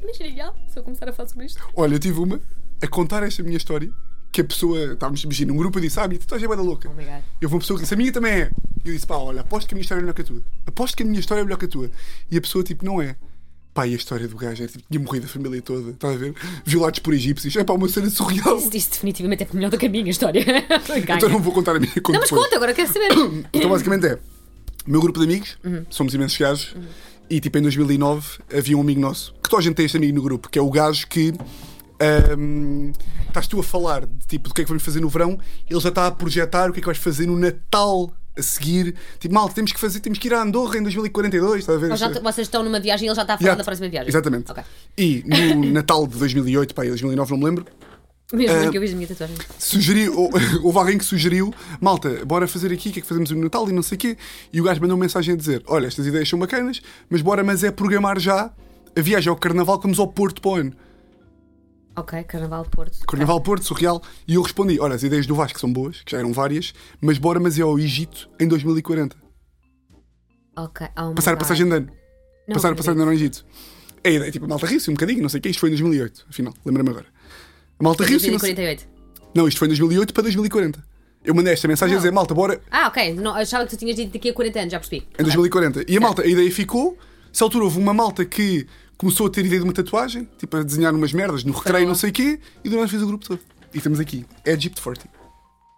Speaker 2: Imagina legal se eu começar a falar sobre isto.
Speaker 1: Olha, eu tive uma a contar esta minha história que a pessoa, estávamos, imagina, um grupo disse: Ah, a minha tatuagem é bué da louca.
Speaker 2: Oh my god.
Speaker 1: Eu vou uma pessoa que disse, a minha também é. Eu disse, pá, olha, aposto que a minha história é melhor que a tua. Aposto que a minha história é melhor que a tua. E a pessoa, tipo, não é. Pá, e a história do gajo é tipo, tinha morrido a família toda, estás a ver? Violados por egípcios. É pá, uma cena surreal.
Speaker 2: Isso, isso definitivamente é melhor do que a minha história. Ganha.
Speaker 1: Então não vou contar a minha conta.
Speaker 2: Não, mas
Speaker 1: depois.
Speaker 2: conta, agora quero saber.
Speaker 1: Então basicamente é, o meu grupo de amigos,
Speaker 2: Uhum.
Speaker 1: somos imensos gajos, e tipo em 2009 havia um amigo nosso, que toda a gente tem este amigo no grupo, que é o gajo que ahm, estás tu a falar de, tipo, do que é que vamos fazer no verão, ele já está a projetar o que é que vais fazer no Natal a seguir. Tipo, mal, temos que fazer, temos que ir a Andorra em 2042, estás a ver?
Speaker 2: Ou já
Speaker 1: Esta-
Speaker 2: t- vocês estão numa viagem e ele já está a falar
Speaker 1: Yeah,
Speaker 2: da próxima viagem.
Speaker 1: Exatamente.
Speaker 2: Ok.
Speaker 1: E no Natal de 2008, pá, 2009 não me lembro,
Speaker 2: Mesmo
Speaker 1: Ah,
Speaker 2: que eu vejo a minha tatuagem.
Speaker 1: sugeriu, ou- houve alguém que sugeriu, malta, bora fazer aqui, o que é que fazemos no Natal e não sei o quê. E o gajo mandou uma mensagem a dizer: Olha, estas ideias são bacanas, mas bora, mas é programar já a viagem ao Carnaval, que vamos ao Porto para o ano.
Speaker 2: Ok, Carnaval de Porto.
Speaker 1: Carnaval Porto, surreal. E eu respondi: Olha, as ideias do Vasco são boas, que já eram várias, mas bora, mas é ao Egito em 2040.
Speaker 2: Ok, oh my
Speaker 1: Passar a
Speaker 2: God.
Speaker 1: passagem de ano.
Speaker 2: Não
Speaker 1: Passar a
Speaker 2: acredito.
Speaker 1: passagem de ano ao Egito. É a ideia, tipo, a malta riu-se um bocadinho, não sei o quê. Isto foi em 2008, afinal, lembra-me agora. A malta riu-se. e não sei-
Speaker 2: 2048.
Speaker 1: Não, isto foi em 2008 para 2040. Eu mandei esta mensagem a dizer: Malta, bora,
Speaker 2: Ah, ok. Não, achava que tu tinhas dito daqui a 40 anos, já percebi.
Speaker 1: Em 2040.
Speaker 2: É.
Speaker 1: E a malta, a ideia ficou. Se altura houve uma malta que começou a ter ideia de uma tatuagem, tipo a desenhar umas merdas no recreio, não sei o quê, e do nada fez o grupo todo. E estamos aqui. É Egypt 40.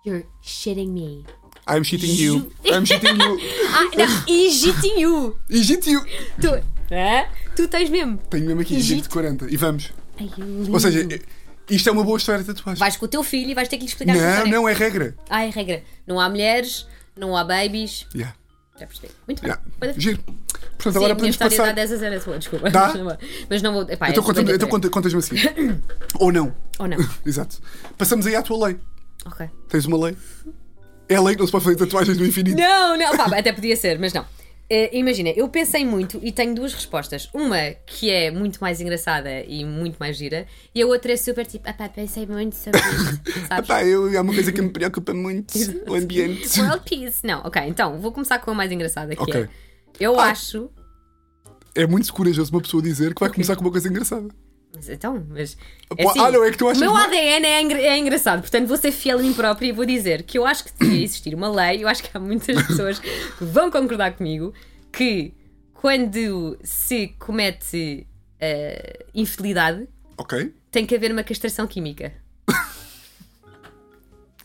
Speaker 2: You're shitting me.
Speaker 1: I'm shitting you. I'm shitting you.
Speaker 2: Ah, não, Egitinho!
Speaker 1: Egypt you.
Speaker 2: Tu, Hã? tu tens mesmo.
Speaker 1: Tenho mesmo aqui Egypt
Speaker 2: Egito.
Speaker 1: 40. E vamos.
Speaker 2: Ai, eu lindo.
Speaker 1: Ou seja, é- isto é uma boa história de tatuagem.
Speaker 2: vais com o teu filho e vais ter que lhe explicar a
Speaker 1: Não,
Speaker 2: história.
Speaker 1: não é regra.
Speaker 2: Ah, é regra. Não há mulheres, não há babies.
Speaker 1: Yeah.
Speaker 2: Já percebi. Muito bem.
Speaker 1: Yeah.
Speaker 2: Pode-
Speaker 1: Giro. Portanto, agora
Speaker 2: Sim, a minha
Speaker 1: podemos
Speaker 2: história
Speaker 1: passar.
Speaker 2: dá 10 a 0 a sua, desculpa.
Speaker 1: Dá?
Speaker 2: Mas não- Mas não vou. Epá,
Speaker 1: Então
Speaker 2: é
Speaker 1: conta-
Speaker 2: 93.
Speaker 1: então conta- contas-me assim. Ou não.
Speaker 2: Ou não?
Speaker 1: Exato. Passamos aí à tua lei.
Speaker 2: Ok.
Speaker 1: Tens uma lei? É a lei que não se pode fazer tatuagens do infinito.
Speaker 2: Não, não, pá, até podia ser, mas não. Eh, imagina, eu pensei muito e tenho duas respostas. Uma que é muito mais engraçada e muito mais gira, e a outra é super tipo, ah pá, pensei muito sobre isto, sabes?
Speaker 1: Epá, eu, há uma coisa que me preocupa muito: o ambiente.
Speaker 2: World Peace. Não, ok, então vou começar com a mais engraçada que
Speaker 1: Ok.
Speaker 2: é. Eu
Speaker 1: Ah.
Speaker 2: acho.
Speaker 1: É muito corajoso uma pessoa dizer que vai começar com uma coisa engraçada.
Speaker 2: Mas então, mas.
Speaker 1: Pá, ah, não, é que tu achas
Speaker 2: O meu
Speaker 1: que-
Speaker 2: ADN é, engra- é engraçado, portanto vou ser fiel a mim própria e vou dizer que eu acho que devia existir uma lei, eu acho que há muitas pessoas que vão concordar comigo, que quando se comete eh, infidelidade,
Speaker 1: Ok,
Speaker 2: tem que haver uma castração química.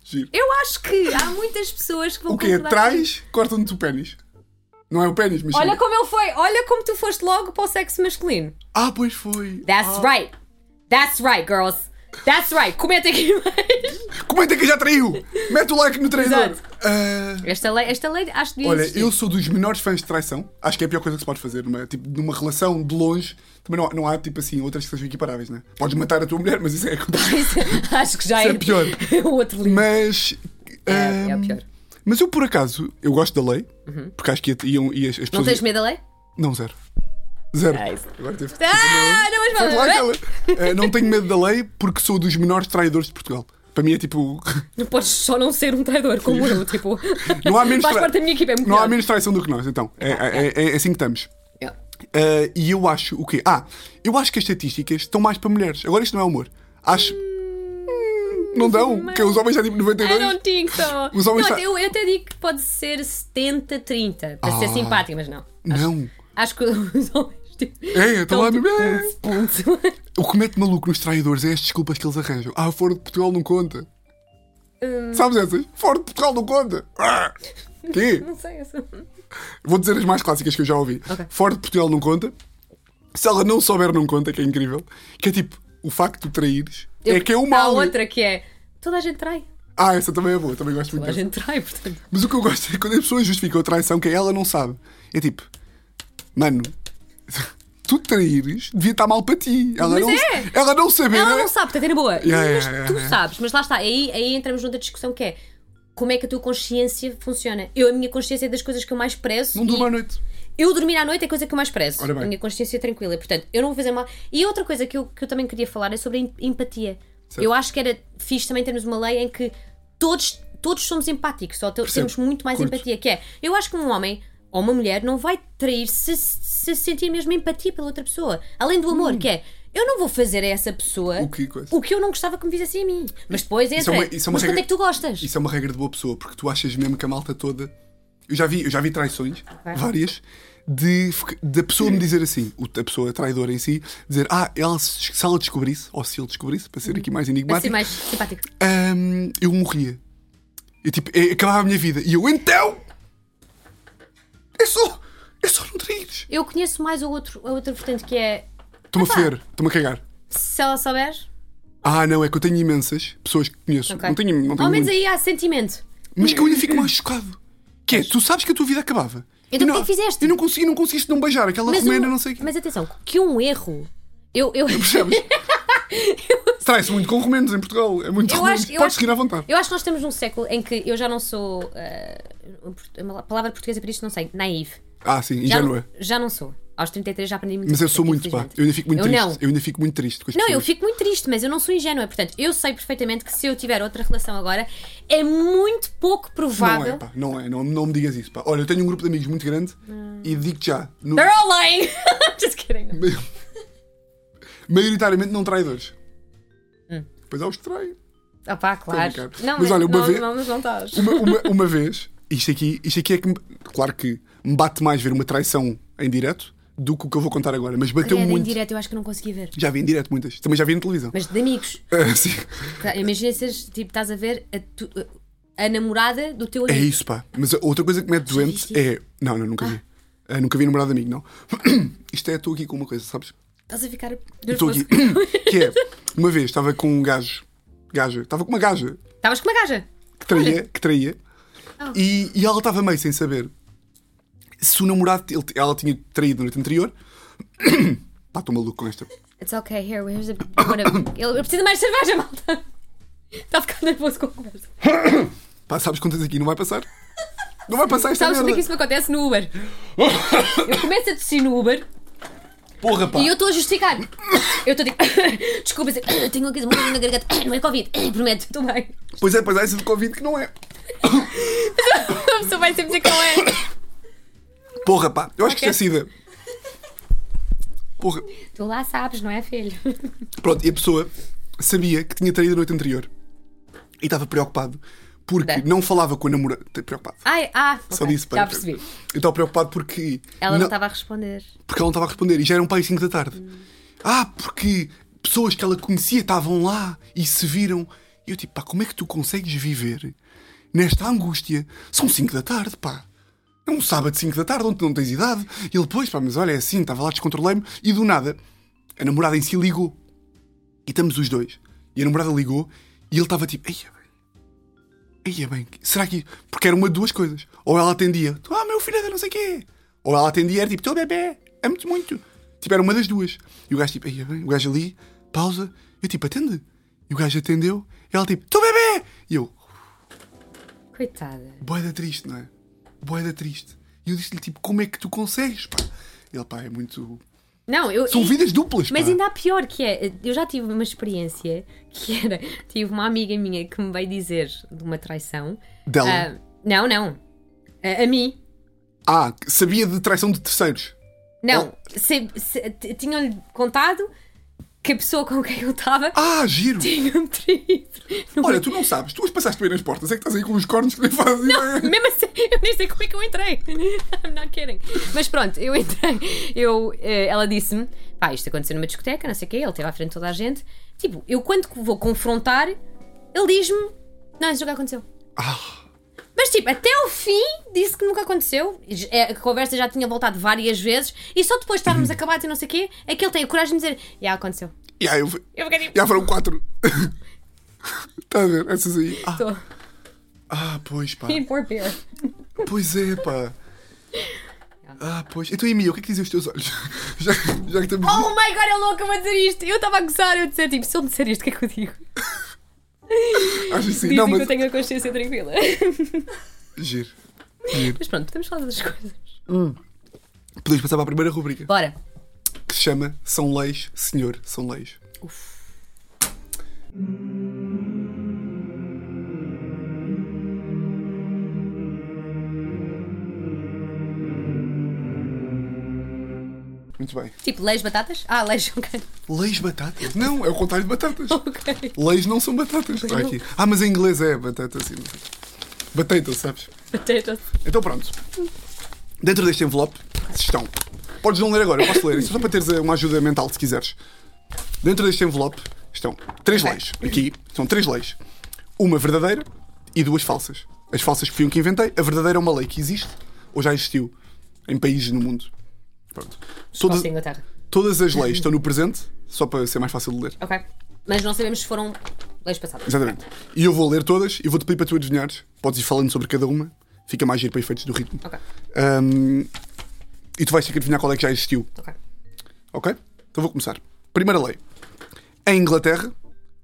Speaker 1: giro.
Speaker 2: Eu acho que há muitas pessoas que vão
Speaker 1: O que é?
Speaker 2: concordar comigo.
Speaker 1: Trás, cortam-te o pênis. Não é o pênis, mas.
Speaker 2: Olha
Speaker 1: sim.
Speaker 2: como ele foi, olha como tu foste logo para o sexo masculino.
Speaker 1: Ah, pois foi. Ah.
Speaker 2: That's right, that's right, girls. That's right, comenta aqui mais.
Speaker 1: Comenta que já traiu! Mete o like no traidor!
Speaker 2: Exato. É
Speaker 1: Ah,
Speaker 2: Esta lei, esta lei acho que devia
Speaker 1: olha,
Speaker 2: existir.
Speaker 1: eu sou dos menores fãs de traição. Acho que é a pior coisa que se pode fazer. Numa, tipo, numa relação de longe, também não, não há tipo assim outras que sejam equiparáveis, né? Podes matar a tua mulher, mas isso é.
Speaker 2: Isso- acho que já
Speaker 1: Isso
Speaker 2: é,
Speaker 1: é pior.
Speaker 2: o outro livro.
Speaker 1: Mas.
Speaker 2: É- é
Speaker 1: ah,
Speaker 2: pior. Uhum.
Speaker 1: Mas eu, por acaso, eu gosto da lei, porque acho que iam, e as, as
Speaker 2: Não
Speaker 1: pessoas.
Speaker 2: tens medo da lei?
Speaker 1: Não, zero. Zero.
Speaker 2: Ah, isso.
Speaker 1: Agora teve.
Speaker 2: Ah, não, mas
Speaker 1: Foi lá
Speaker 2: vamos.
Speaker 1: que ela- Eh, não tenho medo da lei porque sou dos menores traidores de Portugal. Para mim é tipo.
Speaker 2: Não podes só não ser um traidor como eu, tipo.
Speaker 1: Não há menos,
Speaker 2: Faz
Speaker 1: tra-
Speaker 2: parte da minha equipa, é muito
Speaker 1: não há
Speaker 2: melhor.
Speaker 1: menos traição do que nós, então. É, é- é- é assim que estamos.
Speaker 2: Yeah.
Speaker 1: Eh, e eu acho o quê? Ah, eu acho que as estatísticas estão mais para mulheres. Agora isto não é humor. Acho. Hum, Não dão, que os homens já tipo
Speaker 2: I
Speaker 1: 92.
Speaker 2: don't think so.
Speaker 1: Os homens
Speaker 2: Não,
Speaker 1: tra-
Speaker 2: eu, eu até digo que pode ser 70-30, para ser
Speaker 1: Ah.
Speaker 2: simpática, mas não.
Speaker 1: Não.
Speaker 2: Acho que os homens. Tipo,
Speaker 1: É, estão lá
Speaker 2: tipo,
Speaker 1: mesmo.
Speaker 2: ponto, ponto.
Speaker 1: O que mete maluco nos traidores é as desculpas que eles arranjam. Ah,
Speaker 2: Hum,
Speaker 1: fora de Portugal não conta. Sabes essas? Fora de Portugal não conta. Ah. Quê?
Speaker 2: Não sei, eu sou-
Speaker 1: Vou dizer as mais clássicas que eu já ouvi.
Speaker 2: Ok.
Speaker 1: Fora de Portugal não conta. Se ela não souber, não conta, que é incrível. Que é tipo, o facto de tu traíres é
Speaker 2: Eu-
Speaker 1: que é o
Speaker 2: Há
Speaker 1: mal.
Speaker 2: outra que é. Toda a gente trai.
Speaker 1: Ah, essa também é boa, também gosto muito
Speaker 2: Toda a
Speaker 1: dessa.
Speaker 2: gente trai, portanto.
Speaker 1: Mas o que eu gosto é quando as pessoas justificam a traição que ela não sabe. É tipo, mano, tu traíres devia estar mal para ti. Ela,
Speaker 2: Mas
Speaker 1: não,
Speaker 2: é.
Speaker 1: ela não saber. um
Speaker 2: Ela não sabe, portanto é na boa.
Speaker 1: né? Yeah,
Speaker 2: mas
Speaker 1: yeah, yeah,
Speaker 2: tu
Speaker 1: yeah.
Speaker 2: sabes, mas lá está. Aí, aí entramos noutra discussão que é. Como é que a tua consciência funciona? Eu, a minha consciência é das coisas que eu mais prezo.
Speaker 1: Não
Speaker 2: e-
Speaker 1: durma à noite.
Speaker 2: Eu dormir à noite é a coisa que eu mais prezo.
Speaker 1: Ora bem.
Speaker 2: A minha consciência é tranquila. e, Portanto, eu não vou fazer mal. E outra coisa que eu, que eu também queria falar é sobre a em- empatia.
Speaker 1: Certo.
Speaker 2: Eu acho que era fixe também termos uma lei em que todos, todos somos empáticos, só te-
Speaker 1: Percebo.
Speaker 2: temos muito mais
Speaker 1: Curto.
Speaker 2: empatia. Que é, eu acho que um homem ou uma mulher não vai trair se, se sentir mesmo empatia pela outra pessoa. Além do amor, que é, eu não vou fazer a essa pessoa
Speaker 1: Hum. O que coisa?
Speaker 2: o que eu não gostava que me fizessem a mim. Mas depois entra.
Speaker 1: Isso é uma- isso é uma
Speaker 2: mas quanto
Speaker 1: regra-
Speaker 2: é que tu gostas?
Speaker 1: Isso é uma regra de boa pessoa, porque tu achas mesmo que a malta toda. Eu já vi, eu já vi traições, várias, de fica- da pessoa me dizer assim, o- a pessoa traidora em si, dizer, ah, ela, se se ela descobrisse, ou se ele descobrisse, para ser aqui mais
Speaker 2: Uhum. Para ser
Speaker 1: enigmático,
Speaker 2: mais simpático.
Speaker 1: hum, eu morria. Eu tipo, eh, acabava a minha vida. E eu, então! É só. É só não traíres.
Speaker 2: Eu conheço mais o outro, a outra vertente que é,
Speaker 1: Estou-me a
Speaker 2: Opa.
Speaker 1: foder, estou-me a cagar.
Speaker 2: se ela souber.
Speaker 1: Ah, não, é que eu tenho imensas pessoas que conheço.
Speaker 2: Ok.
Speaker 1: Não tenho, não tenho
Speaker 2: Ao menos
Speaker 1: muitas.
Speaker 2: aí há sentimento.
Speaker 1: Mas que eu ainda fico
Speaker 2: Hum.
Speaker 1: mais chocado. Que é, tu sabes que a tua vida acabava.
Speaker 2: Então
Speaker 1: E
Speaker 2: o que é que fizeste?
Speaker 1: E não consegui, não conseguiste não beijar aquela
Speaker 2: Mas,
Speaker 1: romena,
Speaker 2: um-
Speaker 1: não sei o quê.
Speaker 2: mas atenção, que um erro. Eu, eu,
Speaker 1: Percebes? Trai-se muito com romenos em Portugal. É muito
Speaker 2: eu
Speaker 1: romeno.
Speaker 2: acho, eu,
Speaker 1: Podes
Speaker 2: acho,
Speaker 1: rir à vontade.
Speaker 2: eu acho que nós estamos num século em que eu já não sou. ah, um port- uma palavra portuguesa para isto não sei, naive.
Speaker 1: Ah, sim,
Speaker 2: Já,
Speaker 1: ingênua.
Speaker 2: já não sou. Aos 33 já aprendi muito
Speaker 1: Mas eu
Speaker 2: coisa,
Speaker 1: sou muito, pá.
Speaker 2: infelizmente.
Speaker 1: Eu ainda fico muito
Speaker 2: eu
Speaker 1: triste.
Speaker 2: Não.
Speaker 1: Eu ainda fico muito triste com as
Speaker 2: Não, eu
Speaker 1: pessoas.
Speaker 2: fico muito triste, mas eu não sou ingênua. Portanto, eu sei perfeitamente que se eu tiver outra relação agora, é muito pouco
Speaker 1: Não
Speaker 2: provável.
Speaker 1: é, pá. Não é. Não, não me digas isso, pá. Olha, eu tenho um grupo de amigos muito grande
Speaker 2: Ah.
Speaker 1: e digo-te já. No...
Speaker 2: They're all lying! Just kidding. não.
Speaker 1: Maioritariamente não traidores.
Speaker 2: Hum.
Speaker 1: Depois há os que traem.
Speaker 2: Ah, pá, claro.
Speaker 1: Tô a brincar.
Speaker 2: Não, é-
Speaker 1: Mas olha, uma
Speaker 2: não,
Speaker 1: vez-
Speaker 2: não, mas não estás.
Speaker 1: Uma, uma- uma vez, isto aqui, isto aqui é que. Me, claro que me bate mais ver uma traição em direto do que o que eu vou contar agora, mas bateu
Speaker 2: Olha,
Speaker 1: me
Speaker 2: em
Speaker 1: muito.
Speaker 2: direto eu acho que não consegui ver.
Speaker 1: Já vi em direto muitas. Também já vi na televisão.
Speaker 2: Mas de amigos.
Speaker 1: Ah, sim.
Speaker 2: Tá, Imagina se tipo, estás a ver a, tu- a namorada do teu
Speaker 1: É
Speaker 2: amigo.
Speaker 1: isso, pá. Mas a outra coisa que me mete
Speaker 2: viste
Speaker 1: doente
Speaker 2: isso?
Speaker 1: é. Não, não, nunca vi. Ah, nunca vi namorado de amigo, não. Isto é, estou aqui com uma coisa, sabes?
Speaker 2: Estás a ficar
Speaker 1: Estou
Speaker 2: nervoso.
Speaker 1: aqui. que é, uma vez estava com um gajo. Gaja. Estava com uma gaja
Speaker 2: Estavas com uma gaja.
Speaker 1: que traía, que traía.
Speaker 2: Ah.
Speaker 1: E, e ela estava meio sem saber se o namorado. ele- ela tinha traído na noite anterior. pá, estou maluco com esta.
Speaker 2: It's okay, here, here's a... What a- Ele eu preciso de mais cerveja, malta. Está a ficar nervoso com a conversa.
Speaker 1: Pá, sabes quantas aqui? Não vai passar? Não vai passar esta
Speaker 2: Sabes quando é que
Speaker 1: merda.
Speaker 2: isso me acontece no Uber? Eu começo a tossir no Uber
Speaker 1: Porra, pá.
Speaker 2: e eu estou a justificar. Eu estou tipo... Desculpa, assim, tenho aqui muito na gargata. Não é Covid. Prometo, estou bem.
Speaker 1: Pois é, pois há essa de Covid que não é.
Speaker 2: A pessoa vai sempre dizer que não é.
Speaker 1: Porra, pá. Eu acho que
Speaker 2: Ok.
Speaker 1: isto é sida. Porra.
Speaker 2: Tu lá sabes, não é, filho?
Speaker 1: Pronto, e a pessoa sabia que tinha traído a noite anterior. E estava preocupado. Porque
Speaker 2: Bem.
Speaker 1: não falava com a namorada. Preocupado.
Speaker 2: Ai, ah,
Speaker 1: Só
Speaker 2: ok,
Speaker 1: disse para.
Speaker 2: já percebi.
Speaker 1: Eu estava preocupado porque.
Speaker 2: Ela não estava a responder.
Speaker 1: porque ela não estava a responder e já eram para aí 5 da tarde. Ah, porque pessoas que ela conhecia estavam lá e se viram. E eu tipo, pá, como é que tu consegues viver nesta angústia? São 5 da tarde, pá. É um sábado de 5 da tarde, onde tu não tens idade. E ele, pois, pá, mas olha, é assim, estava lá, descontrolei-me. E do nada, a namorada em si ligou. E estamos os dois. E a namorada ligou e ele estava tipo, eia bem. Eia bem, será que. Porque era uma de duas coisas. Ou ela atendia, ah, meu filho é de não sei quê. Ou ela atendia, era tipo, teu bebê, amo-te muito. Tipo, era uma das duas. E o gajo tipo, eia bem, o gajo ali, pausa, eu tipo, atende. E o gajo atendeu, e ela tipo, teu bebê! E eu,
Speaker 2: Coitada.
Speaker 1: boeda triste, não é? Boeda triste. E eu disse-lhe, tipo, como é que tu consegues, pá? Ele, pá, é muito.
Speaker 2: Não, eu.
Speaker 1: São
Speaker 2: e-
Speaker 1: vidas duplas,
Speaker 2: Mas
Speaker 1: pá.
Speaker 2: ainda há pior que é. Eu já tive uma experiência que era. Tive uma amiga minha que me veio dizer de uma traição.
Speaker 1: Dela?
Speaker 2: Ah, não, não. Ah, a mim.
Speaker 1: Ah, sabia de traição de terceiros.
Speaker 2: Não.
Speaker 1: Oh.
Speaker 2: Se- se- t- Tinham-lhe contado que a pessoa com quem eu um estava
Speaker 1: Ah, giro!
Speaker 2: tinha-me traído. Não-
Speaker 1: Olha, tu não sabes, tu as passaste bem nas portas, é que estás aí com os cornos que nem fazes ideia.
Speaker 2: Mesmo assim, eu nem sei como é que eu entrei. I'm not kidding. Mas pronto, eu entrei. Eu, eh, ela disse-me: pá, isto aconteceu numa discoteca, não sei o quê, ele esteve à frente de toda a gente. Tipo, eu quando vou confrontar, ele diz-me: não, isso nunca aconteceu.
Speaker 1: Ah,
Speaker 2: Mas Mas tipo, até ao fim disse que nunca aconteceu. É, A conversa já tinha voltado várias vezes e só depois de estarmos acabados e não sei o quê é que ele tem a coragem de dizer: Já aconteceu.
Speaker 1: E aí eu fui-
Speaker 2: Eu fiquei tipo.
Speaker 1: Já foram quatro. Estás a ver? Essas aí. Ah,
Speaker 2: "Tô.
Speaker 1: ah, pois pá.
Speaker 2: Need more beer."
Speaker 1: Pois é, pá. Ah, pois. Então, e Mia, o que é que dizem os teus olhos? Já, já que estamos.
Speaker 2: Oh my god, é louca, vou dizer isto. Eu estava a gozar, eu dizer tipo: Se eu disser isto, o que é que eu digo?
Speaker 1: Acho assim.
Speaker 2: Dizem
Speaker 1: Não,
Speaker 2: que
Speaker 1: mas.
Speaker 2: eu tenho a consciência tranquila.
Speaker 1: Giro.
Speaker 2: mas pronto, podemos falar das coisas.
Speaker 1: Podemos passar para a primeira rubrica,
Speaker 2: Bora.
Speaker 1: que se chama São Leis, Senhor, São Leis. Muito bem.
Speaker 2: Tipo, leis batatas? Ah, leis, ok.
Speaker 1: Leis batatas? Não, é o contrário de batatas.
Speaker 2: Ok.
Speaker 1: Leis não são batatas. Está
Speaker 2: não.
Speaker 1: aqui. Ah, mas em inglês é batata, sim. Batata, sabes?
Speaker 2: Potatoes.
Speaker 1: Então pronto. Dentro deste envelope estão. Podes não ler agora, eu posso ler. Isto é só para teres eh, uma ajuda mental se quiseres. Dentro deste envelope estão três leis. Aqui são três leis. Uma verdadeira e duas falsas. As falsas fui eu que inventei. A verdadeira é uma lei que existe ou já existiu em países no mundo. Pronto. Todas,
Speaker 2: Posso ir à Inglaterra.
Speaker 1: todas as leis estão no presente, só para ser mais fácil de ler.
Speaker 2: Ok. Mas não sabemos se foram leis passadas.
Speaker 1: Exatamente. E eu vou ler todas e vou-te pedir para tu adivinhares. Podes ir falando sobre cada uma. Fica mais giro para efeitos do ritmo.
Speaker 2: Ok.
Speaker 1: Ahm, e tu vais ter que adivinhar qual é que já existiu,
Speaker 2: então Ok.
Speaker 1: ok? Então vou começar. Primeira lei. Em Inglaterra,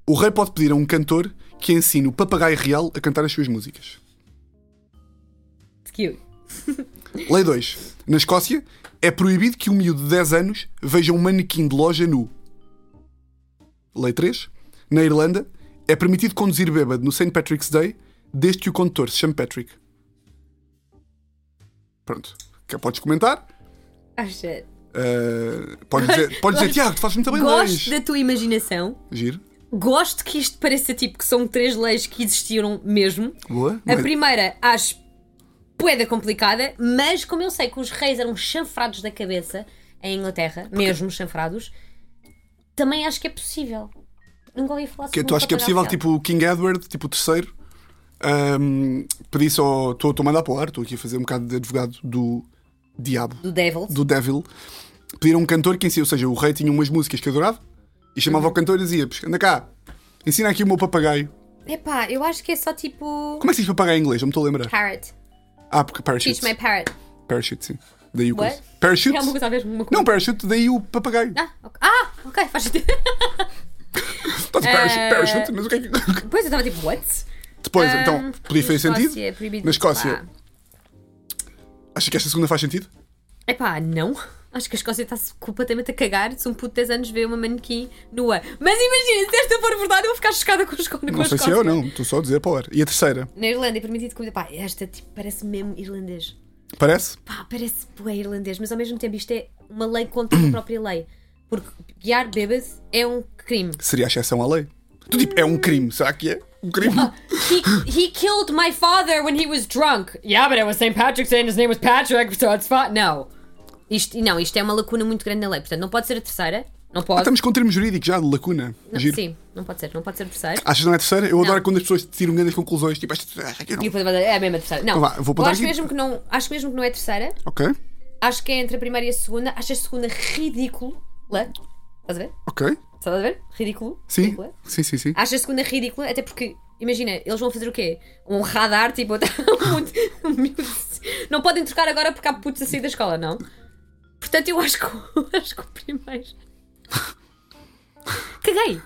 Speaker 1: o rei pode pedir a um cantor que ensine o papagaio real a cantar as suas músicas.
Speaker 2: Cute.
Speaker 1: Lei 2. Na Escócia, é proibido que um miúdo de 10 anos veja um manequim de loja nu. Lei 3. Na Irlanda, é permitido conduzir bêbado no St. Patrick's Day desde que o condutor se chame Patrick. Pronto. Que podes comentar?
Speaker 2: Ah, shit.
Speaker 1: Uh, podes dizer, podes dizer Tiago, tu fazes muito bem leis.
Speaker 2: Gosto da tua imaginação.
Speaker 1: Giro.
Speaker 2: Gosto que isto pareça tipo que são três leis que existiram mesmo.
Speaker 1: Boa.
Speaker 2: A
Speaker 1: Mas-
Speaker 2: primeira, acho poeda complicada, mas como eu sei que os reis eram chanfrados da cabeça em Inglaterra, mesmo chanfrados, também acho que é possível. Nunca ouvi falar sobre
Speaker 1: que, tu
Speaker 2: um
Speaker 1: achas que é
Speaker 2: papagaio
Speaker 1: possível que tipo, o King Edward, tipo o terceiro, um, pedisse ao. Estou a mandar para o ar, estou aqui a fazer um bocado de advogado do diabo,
Speaker 2: Do Devil.
Speaker 1: do devil, pedir a um cantor que ensina, ou seja, o rei tinha umas músicas que adorava e chamava o cantor e dizia: "Pois, anda cá, ensina aqui o meu papagaio.
Speaker 2: Epá, eu acho que é só tipo.
Speaker 1: Como é que se diz papagaio em inglês? Não me estou a lembrar.
Speaker 2: Parrot.
Speaker 1: Ah, porque parachute.
Speaker 2: Teach my parrot.
Speaker 1: Parachute, sim. Daí o
Speaker 2: What?
Speaker 1: coisa. Parachute?
Speaker 2: É uma coisa a ver, uma coisa.
Speaker 1: Não, parachute, daí o papagaio.
Speaker 2: Ah, ok, ah, ok, faz sentido.
Speaker 1: Tá, tipo, parachute,
Speaker 2: Eh,
Speaker 1: parachute, mas o que é que.
Speaker 2: Depois eu estava tipo, what?
Speaker 1: Depois,
Speaker 2: Ahm,
Speaker 1: então, podia fazer
Speaker 2: na Escócia
Speaker 1: sentido.
Speaker 2: é proibido,
Speaker 1: na Escócia.
Speaker 2: pá.
Speaker 1: Acho que esta segunda faz sentido?
Speaker 2: Epá, não. Acho que a Escócia está-se completamente a cagar se um puto de 10 anos vê uma manequim nua. Mas imagina, se esta for verdade, eu vou ficar chocada com, os, com
Speaker 1: Não
Speaker 2: a
Speaker 1: sei
Speaker 2: Escócia.
Speaker 1: se é ou não, estou só a dizer para o ar. E a terceira?
Speaker 2: Na Irlanda é permitido comer. Pá, esta tipo, parece mesmo irlandês.
Speaker 1: Parece?
Speaker 2: Pá, parece bué irlandês, mas ao mesmo tempo isto é uma lei contra a própria lei. Porque guiar bêbado é um crime.
Speaker 1: Seria a exceção à lei. Tu tipo, é um crime, será que é? Um crime?
Speaker 2: He, he killed my father when he was drunk. Yeah, but it was St. Patrick's Day and his name was Patrick, so it's fine. Não. Isto, não, isto é uma lacuna muito grande na lei. Portanto, não pode ser a terceira. Não pode.
Speaker 1: Estamos com termo jurídico já, de lacuna.
Speaker 2: Não,
Speaker 1: Giro.
Speaker 2: sim, não pode ser. Não pode ser a terceira.
Speaker 1: Achas que não é a terceira? Eu adoro quando as pessoas tiram grandes conclusões. Tipo, esta acha que não.
Speaker 2: E depois vai dar- é a mesma terceira. Não,
Speaker 1: Então Vá, vou
Speaker 2: eu
Speaker 1: botar
Speaker 2: acho
Speaker 1: aqui.
Speaker 2: mesmo, que não, acho mesmo que não é a terceira.
Speaker 1: Ok,
Speaker 2: Acho que é entre a primeira e a segunda. Acho a segunda ridícula. Estás a ver?
Speaker 1: ok.
Speaker 2: Estás a ver? Ridículo.
Speaker 1: Sim,
Speaker 2: Ridícula.
Speaker 1: sim, sim. sim.
Speaker 2: Acho a segunda ridícula, é até porque, imagina, eles vão fazer o quê? Um radar, tipo, tá, um miúdo- não podem trocar agora porque há putos a sair da escola, não? Portanto, eu acho que, acho que o primeiro. Caguei!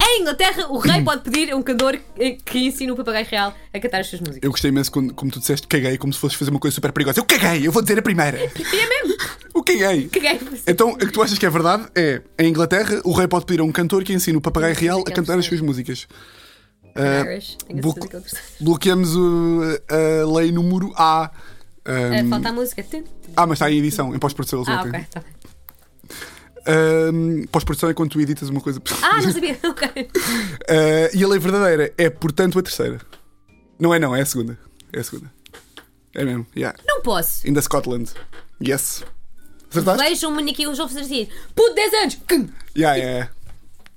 Speaker 2: Em Inglaterra, o rei pode pedir a um cantor que que ensine o papagaio real a cantar as suas músicas.
Speaker 1: Eu gostei imenso quando, como tu disseste, caguei, como se fosses fazer uma coisa super perigosa. Eu caguei, eu vou dizer a primeira.
Speaker 2: E é mesmo!
Speaker 1: Eu caguei.
Speaker 2: Caguei!
Speaker 1: Então, o que tu achas que é verdade é, em Inglaterra, o rei pode pedir a um cantor que ensine o papagaio real a cantar as suas músicas.
Speaker 2: Irish. Tenho a
Speaker 1: vou-
Speaker 2: certeza que ele percebe.
Speaker 1: Bloqueamos uh, a lei número A.
Speaker 2: Ah,
Speaker 1: Um,
Speaker 2: Falta a música.
Speaker 1: ah, mas está em edição, em pós-produção eles
Speaker 2: Ah,
Speaker 1: metem.
Speaker 2: ok, tá bem.
Speaker 1: Um, pós-produção é quando tu editas uma coisa.
Speaker 2: Ah, não sabia! Ok.
Speaker 1: Uh, e a lei verdadeira é, portanto, a terceira. Não é não, é a segunda. É a segunda. É mesmo, yeah.
Speaker 2: Não posso!
Speaker 1: In the Scotland. Yes. Acertaste?
Speaker 2: Vejam um manequim, eles vão fazer assim. Puto, 10 anos! Cum!
Speaker 1: Yeah, yeah, yeah.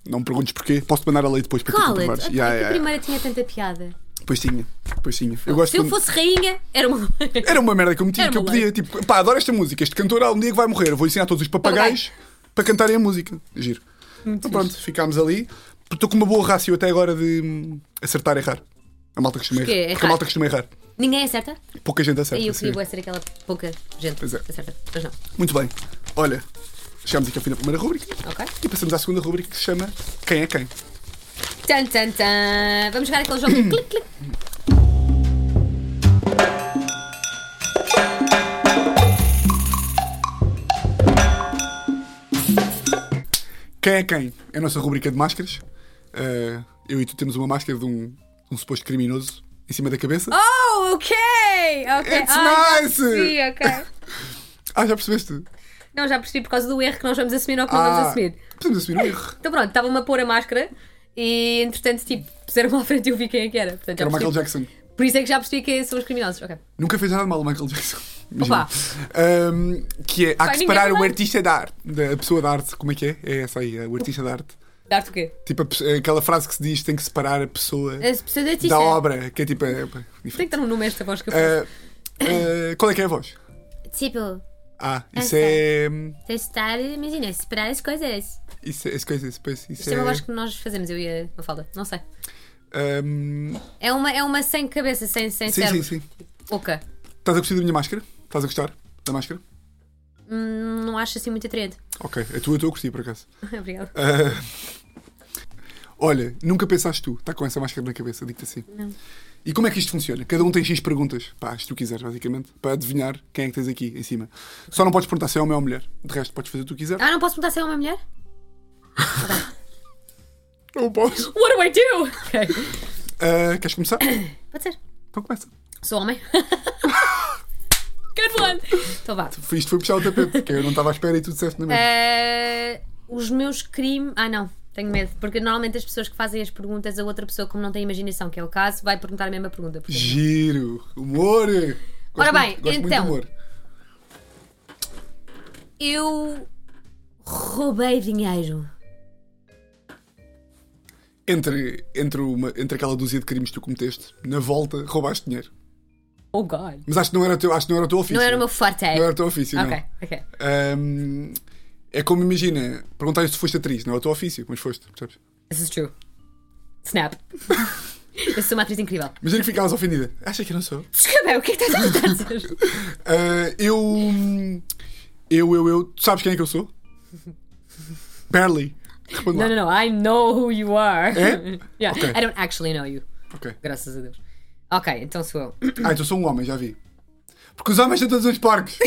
Speaker 1: Não me perguntes porquê. Posso-te mandar a lei depois para tu
Speaker 2: Cala-te!
Speaker 1: comprovares.
Speaker 2: A
Speaker 1: Yeah, yeah,
Speaker 2: primeira tinha tanta piada.
Speaker 1: yeah. Pois tinha, pois tinha. Eu gosto
Speaker 2: Se eu
Speaker 1: quando-
Speaker 2: fosse rainha, era uma.
Speaker 1: Era uma merda que eu metia,
Speaker 2: Era
Speaker 1: que eu
Speaker 2: uma
Speaker 1: podia, tipo, pá, adoro esta música. Este cantor há um dia que vai morrer. Vou ensinar todos os papagaios para cantarem a música. Giro. então pronto, ficámos ali. Porque Estou com uma boa rácio até agora de hum, acertar e errar. A malta costuma
Speaker 2: Porquê?
Speaker 1: errar. Porque a
Speaker 2: Errar?
Speaker 1: malta costuma errar.
Speaker 2: Ninguém acerta?
Speaker 1: Pouca gente acerta.
Speaker 2: Aí eu
Speaker 1: sim.
Speaker 2: queria bué ser aquela pouca gente.
Speaker 1: Pois é.
Speaker 2: Acerta. Mas não.
Speaker 1: Muito bem. Olha, chegámos aqui ao fim da primeira rubrica.
Speaker 2: Ok.
Speaker 1: E passamos à segunda rubrica que se chama Quem é Quem?
Speaker 2: Tan, tan, tan. Vamos jogar aquele jogo de clic, clic.
Speaker 1: Quem é Quem? É a nossa rubrica de máscaras. Ah, eu e tu temos uma máscara de um, um suposto criminoso em cima da cabeça.
Speaker 2: Oh, ok! Ok.
Speaker 1: It's
Speaker 2: Ah, já
Speaker 1: nice!
Speaker 2: percebi, ok.
Speaker 1: Ah, já percebeste?
Speaker 2: Não, já percebi por causa do erro que nós vamos assumir ou que não
Speaker 1: Ah,
Speaker 2: vamos assumir.
Speaker 1: Podemos assumir um erro.
Speaker 2: Então pronto, estava-me a pôr a máscara e entretanto, tipo, puseram-me à frente e eu vi quem é que era. Portanto, já
Speaker 1: Era o Michael
Speaker 2: percebi.
Speaker 1: Jackson.
Speaker 2: Por isso é que já percebi quem são os criminosos. Ok.
Speaker 1: Nunca fez nada de mal o Michael Jackson.
Speaker 2: Opa.
Speaker 1: Imagina. Ahm, que é, há que
Speaker 2: ninguém
Speaker 1: separar o
Speaker 2: vai.
Speaker 1: artista da arte, da pessoa da arte. Como é que é? É essa aí, é o artista da arte.
Speaker 2: Dar-te o quê?
Speaker 1: Tipo, a pe- aquela frase que se diz tem que separar a pessoa
Speaker 2: As pessoas
Speaker 1: da
Speaker 2: da artista.
Speaker 1: obra, que é tipo. é, opa,
Speaker 2: Tem
Speaker 1: diferente.
Speaker 2: que dar um nome a esta voz que eu faço.
Speaker 1: Ah, ah, qual é que é a voz?
Speaker 2: Tipo,
Speaker 1: Ah, isso
Speaker 2: Essa.
Speaker 1: é.
Speaker 2: testar, imagina, separar as coisas.
Speaker 1: Isso é. As coisas, pois, isso
Speaker 2: Isto é
Speaker 1: é.
Speaker 2: uma voz que nós fazemos, eu e a Mafalda. Não sei.
Speaker 1: ahm,
Speaker 2: É uma, é uma sem cabeça, sem, sem
Speaker 1: ehm, sim, sim,
Speaker 2: é cérebro.
Speaker 1: sim.
Speaker 2: Oca.
Speaker 1: Estás a gostar da minha máscara? Estás a gostar da máscara?
Speaker 2: Hum, não acho assim muito atraente.
Speaker 1: Ok, a tua eu estou a curtir por acaso.
Speaker 2: Obrigada.
Speaker 1: Ah, olha, nunca pensaste tu, está com essa máscara na cabeça, digo-te assim.
Speaker 2: Não.
Speaker 1: E como é que isto funciona? Cada um tem X perguntas, pá, se tu quiseres, basicamente, para adivinhar quem é que tens aqui em cima. Só não podes perguntar se é homem ou mulher. De resto, podes fazer o que tu quiseres.
Speaker 2: Ah, não posso perguntar se é uma mulher?
Speaker 1: Ah, Não posso.
Speaker 2: What do I do? Ok.
Speaker 1: Ah, queres começar?
Speaker 2: Pode ser.
Speaker 1: Então começa.
Speaker 2: Sou homem. Good one. Então vá.
Speaker 1: Foi- Isto foi puxar o tapete, porque eu não estava à espera e tudo certo na
Speaker 2: É,
Speaker 1: mesma.
Speaker 2: Eh, os meus crimes. Ah, não. Tenho medo. Porque normalmente as pessoas que fazem as perguntas a outra pessoa, como não tem imaginação, que é o caso, vai perguntar a mesma pergunta. portanto.
Speaker 1: Giro, humor. Gosto
Speaker 2: Ora bem,
Speaker 1: muito- gosto
Speaker 2: então.
Speaker 1: Muito de humor.
Speaker 2: Eu roubei dinheiro.
Speaker 1: Entre, entre, uma, entre aquela dúzia de crimes que tu cometeste, na volta roubaste dinheiro.
Speaker 2: Oh, God.
Speaker 1: Mas acho que não era o teu, acho que não era o teu ofício.
Speaker 2: Não era o meu forte.
Speaker 1: Não era o teu ofício, não.
Speaker 2: Ok, ok.
Speaker 1: Ahm, é como imagina, perguntar se foste atriz, não é o teu ofício, mas foste, percebes?
Speaker 2: This is true. Snap. Eu sou uma atriz incrível.
Speaker 1: Imagina que ficavas ofendida. Acha que eu não sou?
Speaker 2: Descabel, o que é que estás a tentar dizer?
Speaker 1: Ah, eu. Eu, eu, eu. Tu sabes quem é que eu sou? Barely. Responde
Speaker 2: Não,
Speaker 1: lá.
Speaker 2: não, não. I know who you are.
Speaker 1: É?
Speaker 2: Yeah.
Speaker 1: Ok.
Speaker 2: I don't actually know you.
Speaker 1: Ok.
Speaker 2: Graças a Deus. Ok, então sou eu.
Speaker 1: Ah, então sou um homem, já vi. Porque os homens são todos uns porcos.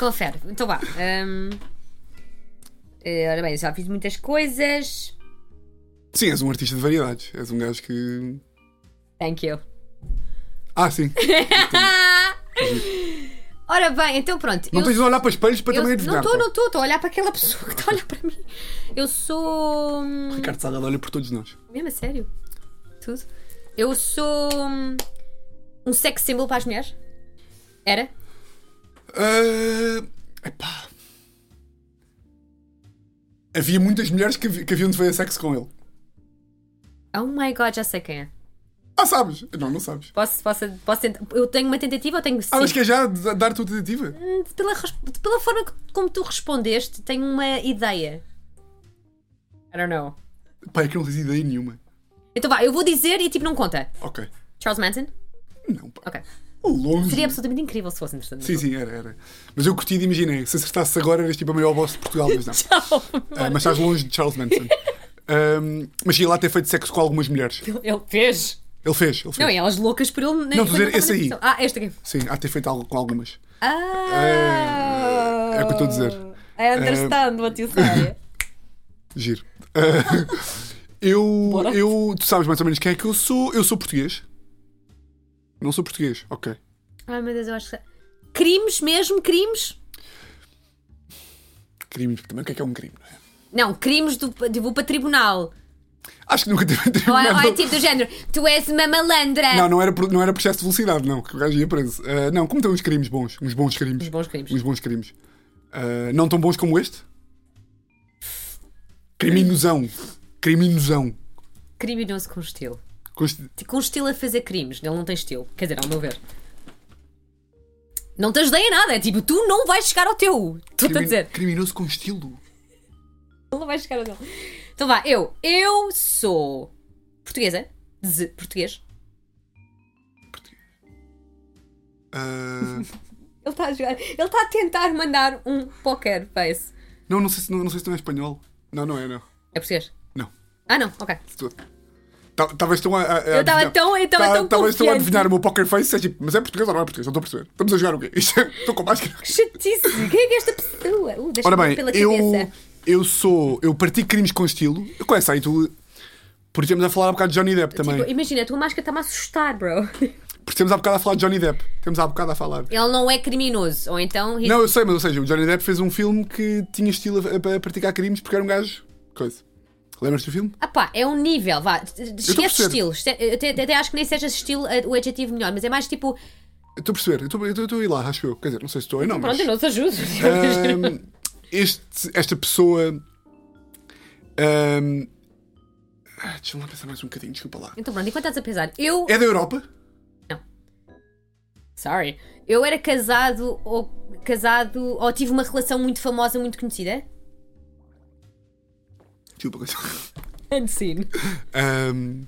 Speaker 2: Confere. Então vá. hum, eh, ora bem, já fiz muitas coisas.
Speaker 1: Sim, és um artista de variedades. És um gajo que.
Speaker 2: Thank you.
Speaker 1: Ah, sim.
Speaker 2: Ora bem, então pronto.
Speaker 1: Não
Speaker 2: eu
Speaker 1: tens de olhar para espelhos para
Speaker 2: eu,
Speaker 1: também
Speaker 2: não
Speaker 1: adivinhar.
Speaker 2: estou,
Speaker 1: pá.
Speaker 2: não estou, estou a olhar para aquela pessoa que está a olhar para mim. Eu sou. hum,
Speaker 1: Ricardo Salgado olha por todos nós.
Speaker 2: Mesmo a sério? Tudo? Eu sou hum, um sex symbol para as mulheres? Era?
Speaker 1: Ah, epá. Havia muitas mulheres que, havi- que haviam de fazer sexo com ele.
Speaker 2: Oh my god, já sei quem é.
Speaker 1: Ah, sabes? Não, não sabes.
Speaker 2: Posso, posso, posso tentar. Eu tenho uma tentativa ou tenho sim?
Speaker 1: Ah, mas quer já d- dar a tua tentativa?
Speaker 2: Hum, Pela, res- pela forma que- como tu respondeste, tenho uma ideia. I don't know.
Speaker 1: Pá, é que eu não tens ideia nenhuma.
Speaker 2: Então vá, eu vou dizer e tipo não conta.
Speaker 1: Ok.
Speaker 2: Charles Manson?
Speaker 1: Não, pá.
Speaker 2: Ok.
Speaker 1: Longe.
Speaker 2: Seria absolutamente incrível se fosse interessante.
Speaker 1: Uhum. Sim, sim, era, era. Mas eu curti de imaginei. Se acertasse agora, eras tipo a maior boss de Portugal, mas não.
Speaker 2: Tchau.
Speaker 1: Ah, mas estás longe de Charles Manson. Ahm, mas ia lá ter feito sexo com algumas mulheres.
Speaker 2: Ele fez.
Speaker 1: Ele fez, ele fez.
Speaker 2: Não, e elas loucas por ele. né? nem-
Speaker 1: Não, estou a dizer
Speaker 2: quando
Speaker 1: esse aí.
Speaker 2: estava na Ah, esta aqui.
Speaker 1: Sim, há de ter feito algo com algumas.
Speaker 2: Ah!
Speaker 1: É o que eu estou a dizer.
Speaker 2: I understand what you say.
Speaker 1: Giro. Ah, eu,
Speaker 2: Bora.
Speaker 1: eu. Tu sabes mais ou menos quem é que eu sou? Eu sou português. Não sou português, ok.
Speaker 2: Ai meu Deus, eu acho que. Crimes mesmo? Crimes?
Speaker 1: Crimes, também o que é que é um crime, não é?
Speaker 2: Não, crimes do. de- Vou para tribunal.
Speaker 1: Acho que nunca teve. teve
Speaker 2: Ou é,
Speaker 1: nada.
Speaker 2: ou é tipo do género. Tu és uma malandra.
Speaker 1: Não, não era, por- não era processo de velocidade, não, que o gajo ia preso. Ah, não, cometeu uns crimes bons. Uns bons crimes.
Speaker 2: Os bons crimes.
Speaker 1: Uns bons crimes. Ah, não tão bons como este? Criminosão. Criminosão.
Speaker 2: Criminoso com estilo.
Speaker 1: Com este-
Speaker 2: Com estilo a fazer crimes. Ele não tem estilo. Quer dizer, ao meu ver. Não te ajudei em nada. É tipo, tu não vais chegar ao teu. Estou-te a
Speaker 1: crimin-
Speaker 2: dizer.
Speaker 1: Criminoso com estilo.
Speaker 2: Ele não vai chegar ao teu. Então vá, eu. Eu sou portuguesa. De português.
Speaker 1: Ah,
Speaker 2: Ele está a jogar. Ele está a tentar mandar um poker face.
Speaker 1: não, não sei, se, não, não sei se não é espanhol. Não, não é, não.
Speaker 2: É português?
Speaker 1: Não.
Speaker 2: Ah, não. Ok.
Speaker 1: Tu- Ta- Talvez estão a. a- a
Speaker 2: Eu tava
Speaker 1: adivinhar-
Speaker 2: tão- eu tava
Speaker 1: Ta-
Speaker 2: tão
Speaker 1: Talvez estão a
Speaker 2: confiante.
Speaker 1: adivinhar o meu poker face. É tipo, mas é português ou não é português? Não estou a perceber. Estamos a jogar o quê? Isto é- Estou com máscara.
Speaker 2: Que chatice. Quem é que é esta pessoa? Uh, deixa-me
Speaker 1: Ora bem,
Speaker 2: ver pela
Speaker 1: eu,
Speaker 2: cabeça.
Speaker 1: eu sou. Eu pratico crimes com estilo. Eu conheço aí tu. Por temos a falar há bocado de Johnny Depp também.
Speaker 2: Tipo, imagina, a tua máscara está-me a assustar, bro.
Speaker 1: Por temos há bocado a falar de Johnny Depp. Temos há bocado a falar.
Speaker 2: Ele não é criminoso. Ou então. he's-
Speaker 1: Não, eu sei, mas ou seja, o Johnny Depp fez um filme que tinha estilo a, a- a praticar crimes porque era um gajo. Coisa. Lembras-te do filme?
Speaker 2: Ah pá, é um nível, vá. Esquece
Speaker 1: perceber.
Speaker 2: estilo. Este- Eu até, até- até acho que nem seja estilo eh, o adjetivo melhor, mas é mais tipo.
Speaker 1: Eu Estou a perceber, eu estou- eu estou eu estou a ir lá, acho eu. Quer dizer, não sei se estou aí, não.
Speaker 2: Pronto,
Speaker 1: mas-
Speaker 2: eu não te ajudo.
Speaker 1: Ahm, este- esta pessoa. ahm, ah, Deixa-me lá pensar mais um bocadinho, desculpa lá.
Speaker 2: Então pronto, enquanto estás a pensar, eu.
Speaker 1: É da Europa? É.
Speaker 2: Sorry. Eu era casado ou casado ou tive uma relação muito famosa, muito conhecida?
Speaker 1: Desculpa, coisa.
Speaker 2: Unseen.
Speaker 1: Ahm,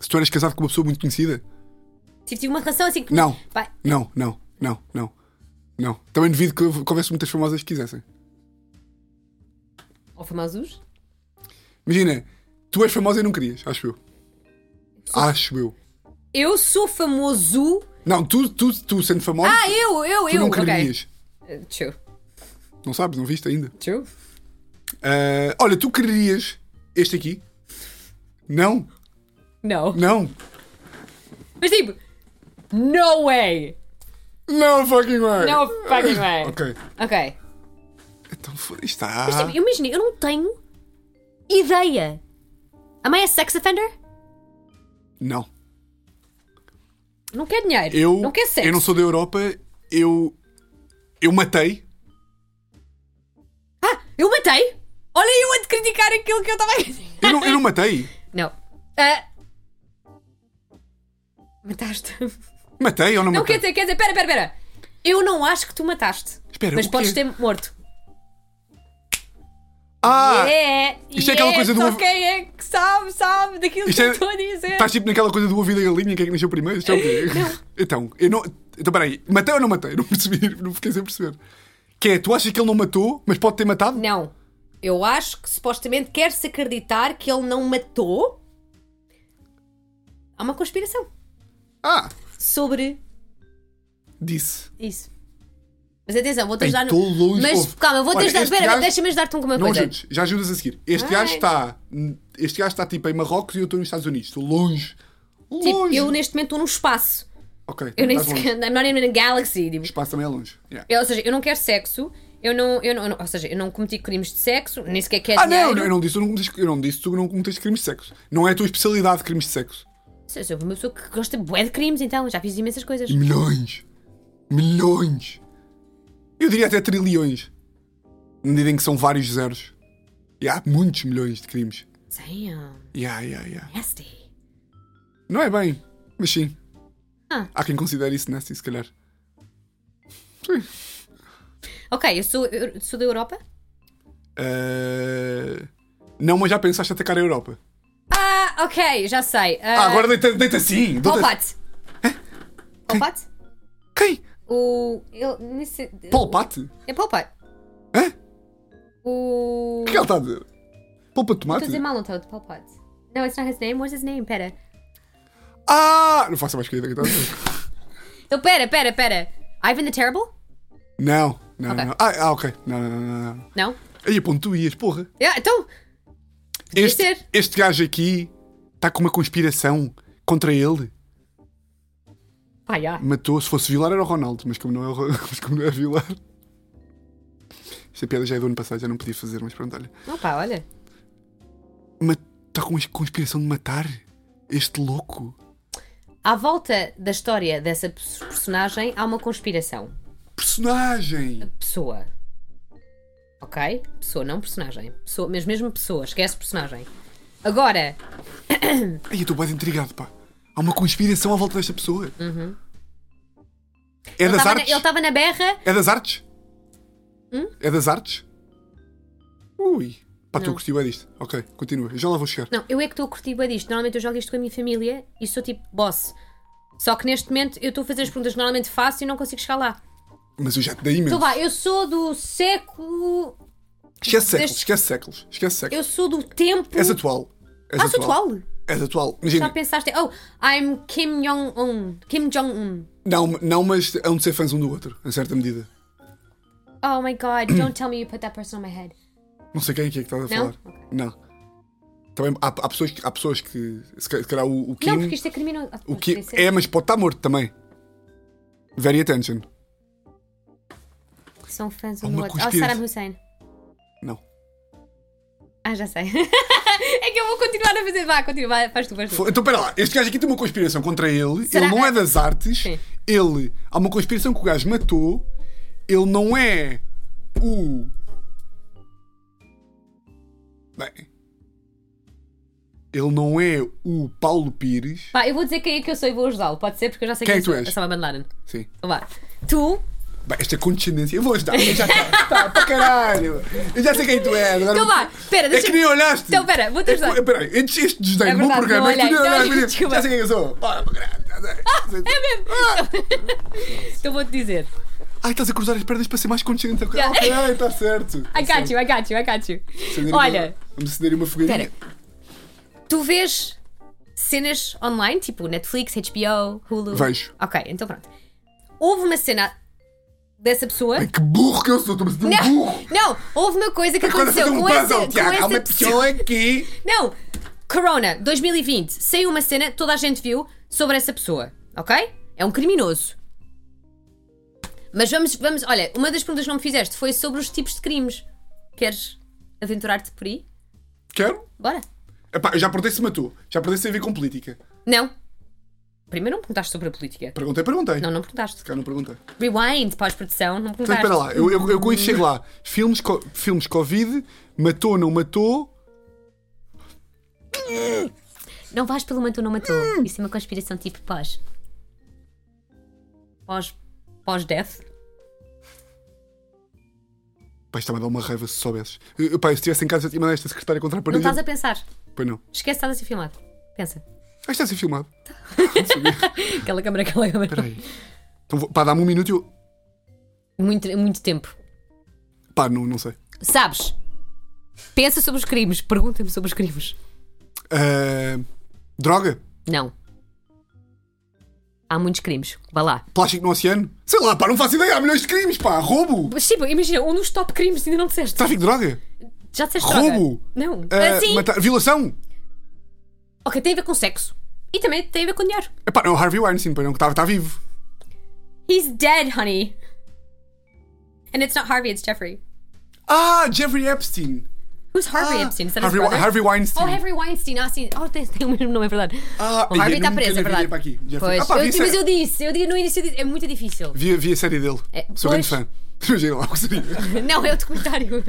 Speaker 1: se tu eras casado com uma pessoa muito conhecida?
Speaker 2: Tive, tive uma relação assim que.
Speaker 1: Não.
Speaker 2: Pá,
Speaker 1: Não, não, não, não. Não. Também devido que houve- que houvesse muitas famosas que quisessem.
Speaker 2: ou famosos?
Speaker 1: Imagina, tu és famosa e não querias, acho eu. Acho eu.
Speaker 2: Eu sou famoso.
Speaker 1: Não, tu, tu, tu sendo famosa,
Speaker 2: Ah, eu, eu,
Speaker 1: tu
Speaker 2: eu.
Speaker 1: não
Speaker 2: ok.
Speaker 1: querias.
Speaker 2: Eh, True.
Speaker 1: Não sabes, não viste ainda.
Speaker 2: True.
Speaker 1: Ah, olha, tu querias este aqui? Não,
Speaker 2: Não.
Speaker 1: não.
Speaker 2: Mas tipo. No way!
Speaker 1: Não fucking way.
Speaker 2: No fucking way!
Speaker 1: Ok.
Speaker 2: Ok.
Speaker 1: Então foda está.
Speaker 2: Mas tipo, eu imaginei, eu não tenho ideia. Am I a sex offender?
Speaker 1: Não.
Speaker 2: Não quer dinheiro.
Speaker 1: Eu
Speaker 2: não quer sexo.
Speaker 1: Eu não sou da Europa. Eu eu matei.
Speaker 2: Ah, eu matei? Olha eu a te criticar aquilo que eu estava a criticar.
Speaker 1: Eu não, eu não matei.
Speaker 2: Não. Ah. mataste.
Speaker 1: Matei ou não,
Speaker 2: Não quer
Speaker 1: matei?
Speaker 2: dizer, quer dizer, pera, pera, pera. Eu não acho que tu mataste.
Speaker 1: Espera,
Speaker 2: mas
Speaker 1: o
Speaker 2: podes
Speaker 1: quê?
Speaker 2: ter morto.
Speaker 1: Ah!
Speaker 2: é,
Speaker 1: isto é aquela coisa do-
Speaker 2: Só quem é que sabe, sabe daquilo
Speaker 1: Isto
Speaker 2: que
Speaker 1: é-
Speaker 2: eu estou a dizer.
Speaker 1: Estás tipo naquela coisa do ouvido da galinha, quem é que nasceu primeiro? Isto é o quê? Então, eu não. Então peraí, matei ou não matei? Não percebi, não fiquei sem perceber. Que é, tu achas que ele não matou, mas pode ter matado?
Speaker 2: Não. Eu acho que supostamente quer-se acreditar que ele não matou. Há uma conspiração
Speaker 1: Ah!
Speaker 2: sobre
Speaker 1: Disse.
Speaker 2: isso. Mas atenção, vou-te
Speaker 1: Ei,
Speaker 2: ajudar. no-
Speaker 1: tô longe,
Speaker 2: Mas
Speaker 1: ouve.
Speaker 2: calma, vou-te
Speaker 1: Olha,
Speaker 2: ajudar.
Speaker 1: este
Speaker 2: Espera,
Speaker 1: gajo-
Speaker 2: deixa-me ajudar-te com uma
Speaker 1: Não
Speaker 2: coisa.
Speaker 1: ajudes, já ajudas a seguir. Este
Speaker 2: Ai.
Speaker 1: gajo está. Este gajo está tipo em Marrocos e eu estou nos Estados Unidos. Estou longe.
Speaker 2: Tipo,
Speaker 1: Longe.
Speaker 2: eu neste momento estou num espaço.
Speaker 1: Ok,
Speaker 2: Eu nem
Speaker 1: estás longe.
Speaker 2: sequer. I'm not even in a galaxy. tipo.
Speaker 1: O espaço também é longe. Yeah.
Speaker 2: Eu- ou seja, eu não quero sexo. Eu não, eu não- eu não- Ou seja, eu não cometi crimes de sexo. Nem sequer quero
Speaker 1: Ah, não,
Speaker 2: É dinheiro.
Speaker 1: eu não disse, eu não disse, eu não disse tu não cometeste crimes de sexo. Não é a tua especialidade crimes de sexo.
Speaker 2: Ou seja, eu sou uma pessoa que gosta bué de crimes, então. Já fiz imensas coisas.
Speaker 1: Milhões. Milhões. Eu diria até trilhões. Na medida em que são vários zeros. E há muitos milhões de crimes.
Speaker 2: Damn.
Speaker 1: Yeah, yeah, yeah.
Speaker 2: Nasty.
Speaker 1: Não é bem, mas sim.
Speaker 2: Ah.
Speaker 1: Há quem considere isso nasty, se calhar. Sim.
Speaker 2: Ok, eu sou, eu sou da Europa?
Speaker 1: Eh, Não, mas já pensaste atacar a Europa?
Speaker 2: Ah, ok, já sei.
Speaker 1: Ah, agora deita, deita assim.
Speaker 2: O
Speaker 1: deita-
Speaker 2: Pat. O Pat?
Speaker 1: Quem?
Speaker 2: O. Ele. nem sei-
Speaker 1: Paul Pat?
Speaker 2: É Paul Pat.
Speaker 1: Hã?
Speaker 2: O.
Speaker 1: O que é que ele está a dizer? Polpa de
Speaker 2: Estou a
Speaker 1: tomate?
Speaker 2: dizer mal, não estou? De Paul Pat. No, it's not his name. What's his name? Pera.
Speaker 1: Ah! Não faço mais querida que está a dizer.
Speaker 2: Então, pera, pera, pera. Ivan the Terrible?
Speaker 1: Não, não,
Speaker 2: Ok.
Speaker 1: não. Ah, ah, ok. Não, não, não, não.
Speaker 2: Não?
Speaker 1: Aí, ponto, tu ias, porra.
Speaker 2: Yeah, então.
Speaker 1: Este,
Speaker 2: ser.
Speaker 1: este gajo aqui está com uma conspiração contra ele.
Speaker 2: Pá, yeah.
Speaker 1: Matou, se fosse Vilar era o Ronaldo, mas como não é, o Ro- mas como não é Vilar. Esta piada já é do ano passado, já não podia fazer, mas pronto, olha.
Speaker 2: Não, pá, olha.
Speaker 1: Está com uma conspiração de matar este louco.
Speaker 2: À volta da história dessa pers- personagem há uma conspiração.
Speaker 1: Personagem!
Speaker 2: Pessoa. Ok? Pessoa, não personagem.
Speaker 1: É
Speaker 2: Pessoa, mas mesmo pessoa, esquece personagem. Agora,
Speaker 1: Ai, eu estou bem intrigado, pá. Há uma conspiração à volta desta pessoa.
Speaker 2: Uhum.
Speaker 1: É
Speaker 2: Ele
Speaker 1: das
Speaker 2: estava na-
Speaker 1: artes?
Speaker 2: ele estava na berra.
Speaker 1: É das artes?
Speaker 2: Hum?
Speaker 1: É das artes? Ui. Pá, tu curti bem disto. Ok, continua. Eu já lá vou chegar.
Speaker 2: Não, eu é que estou a curtir bué disto. Normalmente eu jogo isto com a minha família e sou tipo boss. Só que neste momento eu estou a fazer as perguntas que normalmente faço e não consigo chegar lá.
Speaker 1: Mas eu já te dei imenso.
Speaker 2: Então vá, eu sou do século.
Speaker 1: Esquece séculos,
Speaker 2: Deste-
Speaker 1: esquece séculos. Esquece séculos.
Speaker 2: Eu sou do tempo.
Speaker 1: És atual. És
Speaker 2: Ah, sou atual?
Speaker 1: És atual.
Speaker 2: Já
Speaker 1: Imagina,
Speaker 2: pensaste? Oh, I'm Kim Jong-un. Kim Jong-un.
Speaker 1: não, não, mas hão de ser fãs um do outro, em certa medida.
Speaker 2: Oh my god, don't tell me you put that person on my head.
Speaker 1: Não sei quem é que é que estás a
Speaker 2: Não?
Speaker 1: falar. Não. Também há, há pessoas, que- há pessoas que. Se ca- se calhar o, o Kim.
Speaker 2: Não, porque isto é criminoso. Ah,
Speaker 1: o
Speaker 2: não,
Speaker 1: Kim
Speaker 2: esquece.
Speaker 1: é, mas pode estar morto também. Very attention.
Speaker 2: São fãs
Speaker 1: Há
Speaker 2: um
Speaker 1: uma
Speaker 2: do outro. Oh,
Speaker 1: conspiração.
Speaker 2: Saddam Hussein.
Speaker 1: Não.
Speaker 2: Ah, já sei. é que eu vou continuar a fazer. Vá, continua, vai, faz tu, faz tu.
Speaker 1: Fo- Então, espera lá, este gajo aqui tem uma conspiração contra ele,
Speaker 2: Será
Speaker 1: ele não
Speaker 2: que-
Speaker 1: é das artes,
Speaker 2: Sim.
Speaker 1: ele. Há uma conspiração que o gajo matou, ele não é o. Bem. Ele não é o Paulo Pires.
Speaker 2: Vá, eu vou dizer quem é que eu sou e vou ajudá-lo. Pode ser, porque eu já sei
Speaker 1: Quem é
Speaker 2: quem
Speaker 1: que tu
Speaker 2: sou.
Speaker 1: és?
Speaker 2: Eu sou a Van Laden.
Speaker 1: Sim.
Speaker 2: Então Vá. Tu.
Speaker 1: Bem, esta condescendência. Eu vou ajudar. Eu já tá, para caralho. Eu já sei quem tu és. Agora
Speaker 2: Então vá, espera,
Speaker 1: É
Speaker 2: deixa
Speaker 1: que nem olhaste.
Speaker 2: Então, espera, vou-te ajudar.
Speaker 1: É, Espera aí, este, este desdém
Speaker 2: É
Speaker 1: no meu
Speaker 2: verdade,
Speaker 1: programa
Speaker 2: não
Speaker 1: é que tu nem
Speaker 2: olhei.
Speaker 1: olhaste. mas
Speaker 2: Desculpa.
Speaker 1: Já sei quem eu sou. Ora, para caralho. Ah,
Speaker 2: É mesmo! então vou-te dizer.
Speaker 1: Ai, estás a cruzar as pernas para ser mais condescendente.
Speaker 2: Já.
Speaker 1: Ok, está certo.
Speaker 2: I got you, I got you, I got you.
Speaker 1: Acenderem uma-
Speaker 2: Olha,
Speaker 1: Vamos acender uma fogueirinha.
Speaker 2: tu vês cenas online, tipo Netflix, HBO, Hulu.
Speaker 1: Vejo.
Speaker 2: Ok, então pronto. Houve uma cena dessa pessoa.
Speaker 1: Ai, que burro que eu sou. Estou-me a sentir um burro.
Speaker 2: Não, não, houve uma coisa que
Speaker 1: Quando
Speaker 2: aconteceu
Speaker 1: fazer um
Speaker 2: com essa,
Speaker 1: puzzle,
Speaker 2: com
Speaker 1: Tiago, há
Speaker 2: essa
Speaker 1: uma
Speaker 2: pessoa.
Speaker 1: pessoa aqui.
Speaker 2: Não! Corona 2020 saiu uma cena, toda a gente viu, sobre essa pessoa, ok? É um criminoso. Mas vamos, vamos, olha, uma das perguntas que não me fizeste foi sobre os tipos de crimes. Queres aventurar-te por aí?
Speaker 1: Quero?
Speaker 2: Bora!
Speaker 1: Epá, eu já perguntei se matou. Já perguntei se tem a ver com política.
Speaker 2: Não! Primeiro não me perguntaste sobre a política.
Speaker 1: Perguntei, perguntei.
Speaker 2: Não, não perguntaste.
Speaker 1: Cá não perguntei.
Speaker 2: Rewind, pós-produção, não me
Speaker 1: Então,
Speaker 2: perguntaste.
Speaker 1: espera lá, eu, eu, eu com isso chego lá. Filmes, co- filmes Covid, matou, não matou.
Speaker 2: Não vais pelo matou, não matou.
Speaker 1: Hum.
Speaker 2: Isso é uma conspiração tipo pós. Pós. Pós-death?
Speaker 1: Pai, estava a dar uma raiva se soubesses. Eu, eu, pá, se estivesse em casa, eu tinha mandado esta secretária contra a
Speaker 2: Não
Speaker 1: parede.
Speaker 2: estás a pensar.
Speaker 1: Pois não.
Speaker 2: Esquece, estás a ser filmado. Pensa.
Speaker 1: Ah, está a ser filmado.
Speaker 2: Aquela câmera, aquela câmera.
Speaker 1: Espera aí. Então, vou- pá, dá-me um minuto e eu.
Speaker 2: Muito, muito tempo.
Speaker 1: Pá, não, não sei.
Speaker 2: Sabes? Pensa sobre os crimes. Pergunta-me sobre os crimes.
Speaker 1: Ah, droga?
Speaker 2: Não. Há muitos crimes. Vá lá.
Speaker 1: Plástico no oceano? Sei lá, pá, não faço ideia. Há milhões de crimes, pá. Roubo?
Speaker 2: Mas, tipo, imagina, um dos top crimes ainda não disseste.
Speaker 1: Tráfico de droga?
Speaker 2: Já disseste
Speaker 1: Roubo?
Speaker 2: droga? Não.
Speaker 1: Ah,
Speaker 2: Ah, sim.
Speaker 1: matar- Violação?
Speaker 2: Ok, tem a ver com sexo. E também tem a ver com dinheiro.
Speaker 1: Epá, não, Harvey Weinstein, pois não, que está está vivo.
Speaker 2: He's dead, honey. And it's not Harvey, it's Jeffrey.
Speaker 1: Ah, Jeffrey Epstein.
Speaker 2: Who's Harvey
Speaker 1: Ah,
Speaker 2: Epstein? Is that his
Speaker 1: Harvey,
Speaker 2: brother?
Speaker 1: Harvey Weinstein.
Speaker 2: Oh, Harvey Weinstein. Ah, sim. Oh, tem, tem o mesmo nome, é verdade.
Speaker 1: Ah,
Speaker 2: o Harvey
Speaker 1: eu
Speaker 2: está
Speaker 1: nunca
Speaker 2: preso, é
Speaker 1: vi
Speaker 2: verdade.
Speaker 1: para aqui. Já foi.
Speaker 2: Pois.
Speaker 1: Ah, pá,
Speaker 2: eu,
Speaker 1: vi a
Speaker 2: mas
Speaker 1: série-
Speaker 2: eu disse, eu disse no início, eu disse, é muito difícil.
Speaker 1: Vi, vi a série dele.
Speaker 2: É,
Speaker 1: Sou grande
Speaker 2: pois.
Speaker 1: fã. Imagina lá o que seria.
Speaker 2: Não, é o documentário.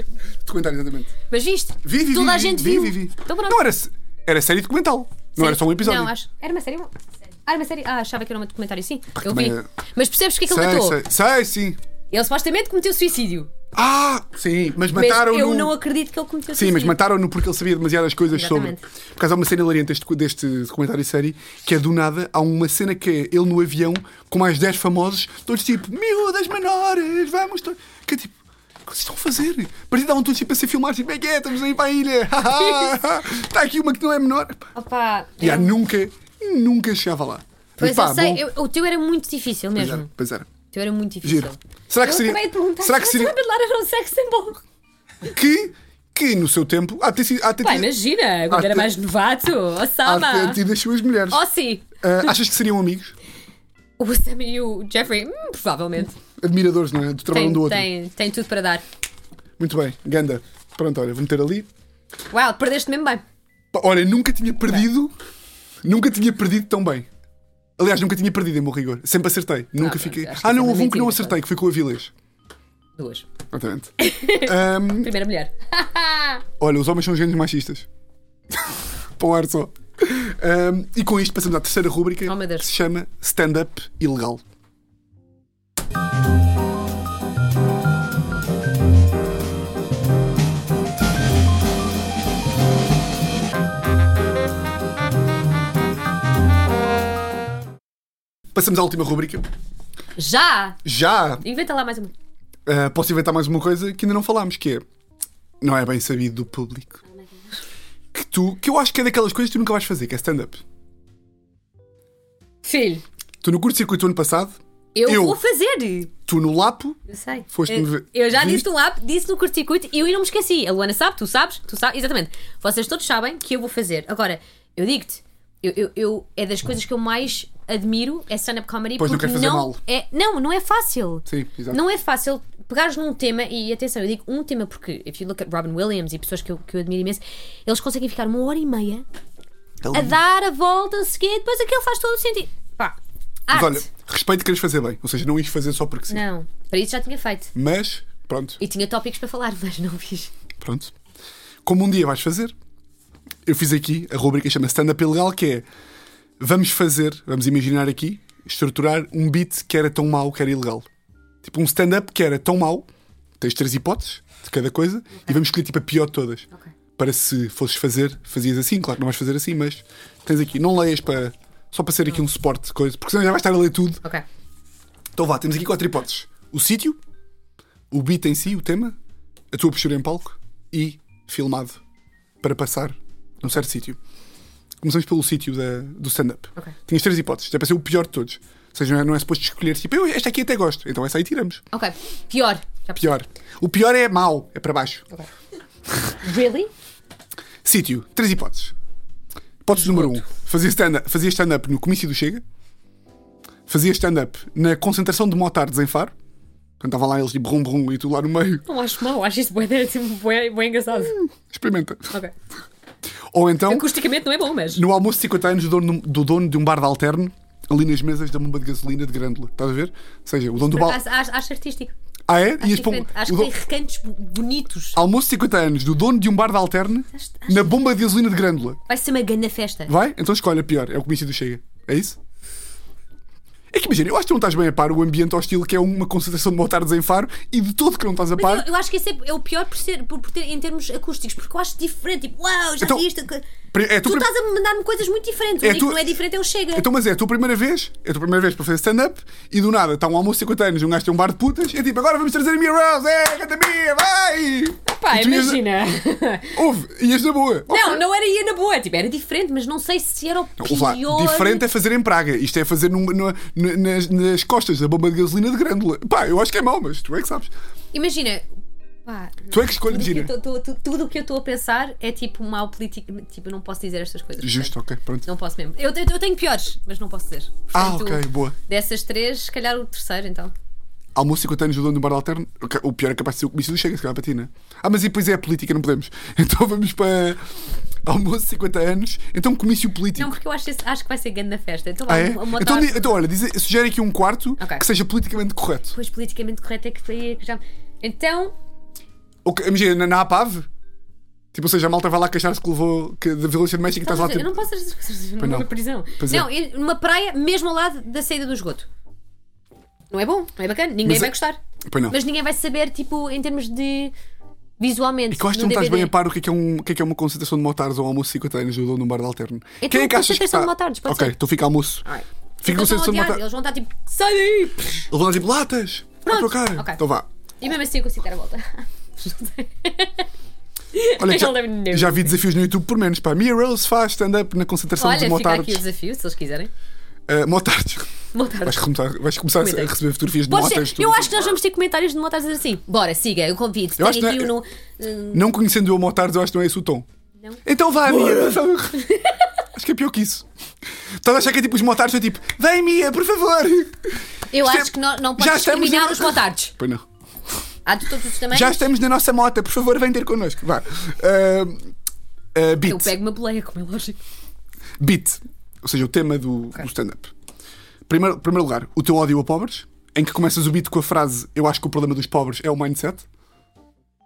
Speaker 1: Documentário, exatamente.
Speaker 2: Mas viste?
Speaker 1: Vi, vi,
Speaker 2: Toda
Speaker 1: vi,
Speaker 2: a gente
Speaker 1: vi,
Speaker 2: viu.
Speaker 1: Vi, vi, vi.
Speaker 2: Então pronto.
Speaker 1: Não era, se- era série documental. Não era só um episódio.
Speaker 2: Não, acho. Era uma série. Ah, era uma série. Ah, achava que era um documentário, sim. eu vi.
Speaker 1: também é-
Speaker 2: Mas percebes o que é que ele
Speaker 1: Sei,
Speaker 2: matou?
Speaker 1: sei, sei, sim.
Speaker 2: Ele supostamente cometeu suicídio.
Speaker 1: Ah, sim, mas
Speaker 2: Mas
Speaker 1: mataram
Speaker 2: eu
Speaker 1: no...
Speaker 2: não acredito que ele cometeu
Speaker 1: Sim, mas
Speaker 2: suicídio.
Speaker 1: mataram-no porque ele sabia demasiadas coisas
Speaker 2: Exatamente.
Speaker 1: sobre. Por causa há uma cena hilariante deste, deste documentário e série que é do nada. Há uma cena que é ele no avião com mais 10 famosos, todos tipo, miúdas menores, vamos. to-" Que é tipo, o que vocês estão a fazer? Partidavam todos tipo a ser filmados, tipo, é que é, estamos aí para a ilha, está aqui uma que não é menor.
Speaker 2: Opa.
Speaker 1: E há
Speaker 2: eu-
Speaker 1: nunca, nunca chegava lá. Mas,
Speaker 2: Pois
Speaker 1: pá,
Speaker 2: eu sei,
Speaker 1: bom,
Speaker 2: eu- o teu era muito difícil
Speaker 1: Pois
Speaker 2: mesmo.
Speaker 1: era, pois era.
Speaker 2: O teu era muito difícil.
Speaker 1: Giro. Será que
Speaker 2: eu
Speaker 1: seria.
Speaker 2: acabei de perguntar
Speaker 1: Será que seria.
Speaker 2: Lara era um sexo em bolo.
Speaker 1: Que, que no seu tempo. Há de ter sido. Há de ter
Speaker 2: Pá,
Speaker 1: tido-
Speaker 2: imagina, quando
Speaker 1: Ah,
Speaker 2: era
Speaker 1: te-
Speaker 2: mais novato.
Speaker 1: há de
Speaker 2: Osama.
Speaker 1: ter tido as suas mulheres.
Speaker 2: Oh, sim.
Speaker 1: Ah, achas que seriam amigos?
Speaker 2: O Osama e o Jeffrey, hum, provavelmente.
Speaker 1: Admiradores, não é? Do trabalho um
Speaker 2: Tem,
Speaker 1: do outro.
Speaker 2: tem, tem tudo para dar.
Speaker 1: Muito bem, Ganda. Pronto, olha, vou meter ali.
Speaker 2: Uau, perdeste mesmo bem.
Speaker 1: Pá, Olha, nunca tinha perdido. Nunca tinha perdido tão bem. Aliás, nunca tinha perdido em meu rigor. Sempre acertei. Nunca
Speaker 2: pronto,
Speaker 1: fiquei.
Speaker 2: acho que
Speaker 1: Ah,
Speaker 2: isso
Speaker 1: não,
Speaker 2: é
Speaker 1: houve um que não
Speaker 2: mentira,
Speaker 1: acertei, que foi com a Avilés.
Speaker 2: Duas.
Speaker 1: Exatamente.
Speaker 2: Primeira mulher.
Speaker 1: Olha, os homens são gênios machistas. Para o ar só. Um, e com isto passamos à terceira rúbrica
Speaker 2: Oh, meu Deus.
Speaker 1: que se chama Stand-up Ilegal. Passamos à última rúbrica.
Speaker 2: Já!
Speaker 1: Já
Speaker 2: Inventa lá mais uma.
Speaker 1: Uh, posso inventar mais uma coisa que ainda não falámos, que é não é bem sabido do público. Que tu, que eu acho que é daquelas coisas que tu nunca vais fazer, que é stand-up.
Speaker 2: Filho,
Speaker 1: Tu no curto-circuito ano passado,
Speaker 2: eu,
Speaker 1: Eu.
Speaker 2: vou fazer!
Speaker 1: tu no Lapo,
Speaker 2: Eu sei.
Speaker 1: Foste-me
Speaker 2: eu,
Speaker 1: ver-
Speaker 2: eu já disse
Speaker 1: viste?
Speaker 2: no app, disse no curto-circuito e eu ainda não me esqueci. A Luana sabe, tu sabes, tu sabes, exatamente. Vocês todos sabem que eu vou fazer. Agora, eu digo-te, eu, eu- eu- é das coisas que eu mais admiro é stand-up comedy
Speaker 1: Pois, não
Speaker 2: porque
Speaker 1: quer fazer mal.
Speaker 2: É, não, não é fácil.
Speaker 1: Sim, exato.
Speaker 2: Não é fácil pegares num tema e atenção, eu digo um tema porque if you look at Robin Williams e pessoas que eu, que eu admiro imenso, eles conseguem ficar uma hora e meia a dar a volta a seguir, depois aquilo faz todo o sentido. Pá,
Speaker 1: mas
Speaker 2: arte.
Speaker 1: olha, respeito que queres fazer bem, ou seja, não ias fazer só porque sim.
Speaker 2: Não, para isso já tinha feito.
Speaker 1: Mas, pronto,
Speaker 2: E tinha tópicos para falar, mas não fiz.
Speaker 1: pronto. Como um dia vais fazer, eu fiz aqui a rubrica chama Stand-up Ilegal, que é vamos fazer, vamos imaginar aqui, estruturar um beat que era tão mau que era ilegal. Tipo um stand-up que era tão mau, tens três hipóteses de cada coisa e vamos escolher tipo a pior de todas.
Speaker 2: Ok.
Speaker 1: Para se fosses fazer, fazias assim, claro que não vais fazer assim, mas tens aqui, não leias para. Só para ser aqui um suporte de coisa, porque senão já vais estar a ler tudo.
Speaker 2: Ok.
Speaker 1: Então vá, temos aqui quatro hipóteses: o sítio, o beat em si, o tema, a tua postura em palco e filmado para passar num certo sítio. Começamos pelo sítio da- do stand-up.
Speaker 2: Ok.
Speaker 1: Tinhas três hipóteses, é para ser o pior de todos. Ou seja, não é, não é suposto escolher tipo, eu esta aqui até gosto, então essa aí tiramos.
Speaker 2: Ok. Pior. Já percebi.
Speaker 1: Pior. O pior é mau, é para baixo.
Speaker 2: Really?
Speaker 1: Sítio, três hipóteses. Hipótese número um: fazia stand-up fazia stand no comício do Chega, fazia stand-up na concentração de motards em Faro, quando estava lá eles tipo brum brum e tu lá no meio,
Speaker 2: Não acho mal, acho isso bem, bem, engraçado.
Speaker 1: Hum. experimenta.
Speaker 2: Ok.
Speaker 1: Ou então,
Speaker 2: Acusticamente não é bom, mas.
Speaker 1: no almoço de 50 anos do dono, do dono de um bar de alterno, ali nas mesas da bomba de gasolina de Grândola, estás a ver? Ou seja, o dono do bar.
Speaker 2: Acho, acho- acho artístico.
Speaker 1: Ah, é? Ias para um-
Speaker 2: Diferente.
Speaker 1: o
Speaker 2: Acho
Speaker 1: Ah.
Speaker 2: que tem
Speaker 1: dono-
Speaker 2: recantos bo- bonitos.
Speaker 1: Almoço de 50 anos do dono de um bar de alterno
Speaker 2: Acho- acho- é
Speaker 1: na bomba de gasolina de Grândola.
Speaker 2: Vai ser uma grande festa.
Speaker 1: Vai? Então escolhe a pior. É o comício do Chega. É isso? É que imagina, eu acho que tu não estás bem a par o ambiente hostil que é uma concentração de motards em Faro e de todo que não estás a par.
Speaker 2: Mas eu, eu acho que esse é, é o pior por, ser, por, por ter em termos acústicos, porque eu acho diferente. Tipo, uau, já
Speaker 1: Então,
Speaker 2: vi isto. que-
Speaker 1: Pri- É a
Speaker 2: Tu
Speaker 1: tua prim-
Speaker 2: estás a mandar-me coisas muito diferentes. O
Speaker 1: É
Speaker 2: único
Speaker 1: tu-
Speaker 2: que não é diferente é o Chega.
Speaker 1: Então, mas é a tua primeira vez, é a tua primeira vez para fazer stand-up e do nada está um almoço de 50 anos, um gajo tem um bar de putas, é tipo, agora vamos trazer a Mia Rose, é, canta Mia, vai! E tu ias- Ouve, ias na boa.
Speaker 2: Não, não era ia na boa. Tipo, era diferente, mas não sei se era o
Speaker 1: Ouve lá,
Speaker 2: pior.
Speaker 1: diferente é fazer em Praga, isto é fazer numa- numa- n- nas, nas costas da bomba de gasolina de Grândola. Pá, eu acho que é mau, mas tu é que sabes.
Speaker 2: Imagina. Pá,
Speaker 1: Tu é que escolhes,
Speaker 2: tudo que
Speaker 1: Gina.
Speaker 2: eu tô- tô- tu- tudo o que eu estou a pensar é tipo mal político. Tipo, eu não posso dizer estas coisas.
Speaker 1: Justo, ok, pronto.
Speaker 2: Não posso mesmo. Eu, eu- eu tenho piores, mas não posso dizer.
Speaker 1: Ah,
Speaker 2: Portanto,
Speaker 1: ok, boa.
Speaker 2: Dessas três, se calhar o terceiro, então.
Speaker 1: Almoço 50 anos do dono do bar alterno. O pior é capaz de ser o comício do Chega, se calhar para ti, né? Ah, mas e depois é a política, não podemos. Então vamos para almoço 50 anos. Então comício
Speaker 2: Não,
Speaker 1: político.
Speaker 2: porque eu acho, esse- acho que vai ser grande na festa. Então,
Speaker 1: ah,
Speaker 2: vai
Speaker 1: é?
Speaker 2: uma, uma
Speaker 1: Então,
Speaker 2: torta.
Speaker 1: di- então olha, diz, sugere aqui um quarto
Speaker 2: Ok.
Speaker 1: que seja politicamente correto.
Speaker 2: Pois politicamente correto é que foi. que já- Então,
Speaker 1: Ok, imagina, na, na APAV. Tipo, ou seja, a malta vai lá queixar-se que levou que, da violência doméstica e estás
Speaker 2: estás a
Speaker 1: lá
Speaker 2: dizer,
Speaker 1: tipo.
Speaker 2: Então, eu não posso dizer essas coisas numa
Speaker 1: não.
Speaker 2: prisão.
Speaker 1: Pois
Speaker 2: não,
Speaker 1: é.
Speaker 2: eu- numa praia mesmo ao lado da saída do esgoto. Não é bom, não é bacana, ninguém
Speaker 1: Mas
Speaker 2: vai
Speaker 1: é-
Speaker 2: gostar.
Speaker 1: Pois não.
Speaker 2: Mas ninguém vai saber, tipo, em termos de. visualmente.
Speaker 1: E que eu acho que tu
Speaker 2: no
Speaker 1: não estás bem
Speaker 2: DVD.
Speaker 1: a par o que é, que é um, o que é que é uma concentração de motards ou um almoço de 50 anos do dono de um bar alterno.
Speaker 2: Então,
Speaker 1: Quem é que achas que está?
Speaker 2: concentração de motards, pode
Speaker 1: Ok,
Speaker 2: ser.
Speaker 1: então fica almoço.
Speaker 2: Ai.
Speaker 1: Fica
Speaker 2: Então estão
Speaker 1: concentração
Speaker 2: a
Speaker 1: de
Speaker 2: odiar,
Speaker 1: motards.
Speaker 2: Eles vão estar tipo, sai daí!
Speaker 1: Eles vão lá tipo latas! Vai
Speaker 2: Pronto,
Speaker 1: trocar!
Speaker 2: ok.
Speaker 1: Então vá.
Speaker 2: E mesmo assim eu consigo dar a volta.
Speaker 1: Olha, já,
Speaker 2: Ele deve- deve-
Speaker 1: já vi desafios no YouTube por menos. Pá. Mia Rose faz stand-up na concentração de
Speaker 2: Olha, fica aqui o
Speaker 1: motards.
Speaker 2: desafio, se eles quiserem.
Speaker 1: Ah, motards.
Speaker 2: Motards.
Speaker 1: Vais começar, vais começar a
Speaker 2: Comentem.
Speaker 1: receber fotografias de
Speaker 2: Pode
Speaker 1: motas.
Speaker 2: ser.
Speaker 1: tudo.
Speaker 2: Eu acho que nós vamos ter comentários de motards a dizer assim. Bora, siga, eu convido.
Speaker 1: Eu acho
Speaker 2: Tenho aqui
Speaker 1: que
Speaker 2: um
Speaker 1: não- é-
Speaker 2: no. hum,
Speaker 1: Não conhecendo o motards, eu acho que não é esse o tom.
Speaker 2: Não.
Speaker 1: Então vá, Mia. acho que é pior que isso. Estás a achar que é tipo os motards? Eu tipo, vem Mia, por favor.
Speaker 2: Eu
Speaker 1: Isto é-
Speaker 2: acho que não, não
Speaker 1: Já
Speaker 2: podes
Speaker 1: estamos
Speaker 2: discriminar
Speaker 1: em-
Speaker 2: os motards.
Speaker 1: Pois não.
Speaker 2: Há de todos os tamanhos.
Speaker 1: Já estamos na nossa mota, por favor, vem ter connosco. Vá. Ah, ah, beat.
Speaker 2: Eu pego uma boleia, como é lógico.
Speaker 1: Beat, ou seja, o tema do, do stand-up. Primeiro, primeiro lugar, o teu ódio a pobres, em que começas o beat com a frase Eu acho que o problema dos pobres é o mindset.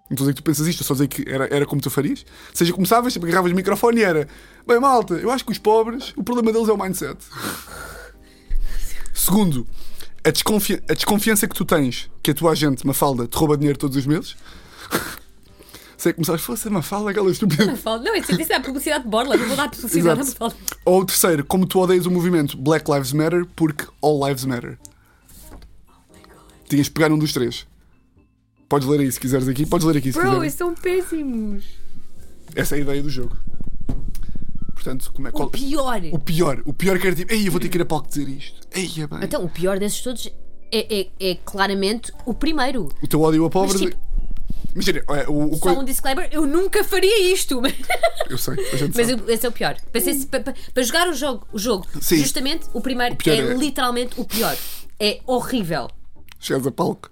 Speaker 1: Não estou a dizer que tu pensas isto, estou só a dizer que era, era como tu farias. Ou seja, começavas, agarravas o microfone e era bem, malta, eu acho que os pobres, o problema deles é o mindset. Segundo, a, desconfi- a desconfiança que tu tens que a tua agente, Mafalda, te rouba dinheiro todos os meses. Se é que começares, fosse a Mafalda, aquela estúpida.
Speaker 2: Falo, Não, isso, isso é a publicidade de Borla, não vou dar publicidade a
Speaker 1: Exato.
Speaker 2: Borla.
Speaker 1: Ou o terceiro, como tu odeias o movimento Black Lives Matter porque All Lives Matter. Tinhas de pegar um dos três. Podes ler aí se quiseres aqui, podes ler aqui se
Speaker 2: Bro,
Speaker 1: quiseres.
Speaker 2: eles são péssimos.
Speaker 1: Essa é a ideia do jogo. Portanto, como é
Speaker 2: O
Speaker 1: qual-
Speaker 2: pior.
Speaker 1: O pior, o pior que era tipo, ei, eu vou ter que ir a palco dizer isto. Ei, é bem.
Speaker 2: Então, o pior desses todos é, é- é claramente o primeiro.
Speaker 1: O teu ódio a pobres.
Speaker 2: tipo-
Speaker 1: Imagina, é, o, o
Speaker 2: Só
Speaker 1: coi-
Speaker 2: um disclaimer, eu nunca faria isto.
Speaker 1: Eu sei, a gente
Speaker 2: Mas
Speaker 1: sabe.
Speaker 2: eu- esse é o pior. Para, ser- pa- pa- para jogar o jogo, o jogo
Speaker 1: Sim.
Speaker 2: justamente o primeiro
Speaker 1: O pior
Speaker 2: é,
Speaker 1: é-
Speaker 2: literalmente o pior. É horrível.
Speaker 1: Chegas a palco.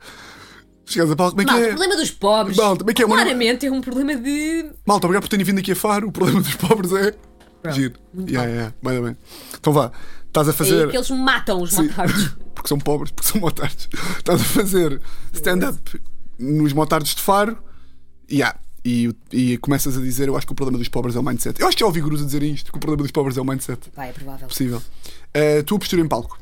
Speaker 1: Chegas a palco, como é que
Speaker 2: Malta, o
Speaker 1: é?
Speaker 2: problema dos pobres
Speaker 1: Malta, como é que é?
Speaker 2: claramente é um problema de.
Speaker 1: Malta, obrigado por terem vindo aqui a Faro. O problema dos pobres é.
Speaker 2: Pronto,
Speaker 1: Giro.
Speaker 2: muito
Speaker 1: Yeah, yeah, bem, bem. Então vá, estás a
Speaker 2: É
Speaker 1: fazer.
Speaker 2: que eles matam os
Speaker 1: Sim.
Speaker 2: motards.
Speaker 1: Porque são pobres, porque são motards. Estás a fazer stand-up nos motards de Faro. Yeah. E, e começas a dizer: Eu acho que o problema dos pobres é o mindset. Eu acho que já ouvi gurus a dizer isto: que o problema dos pobres é o mindset.
Speaker 2: Pá, é provável.
Speaker 1: Possível. Uh, tua postura em palco.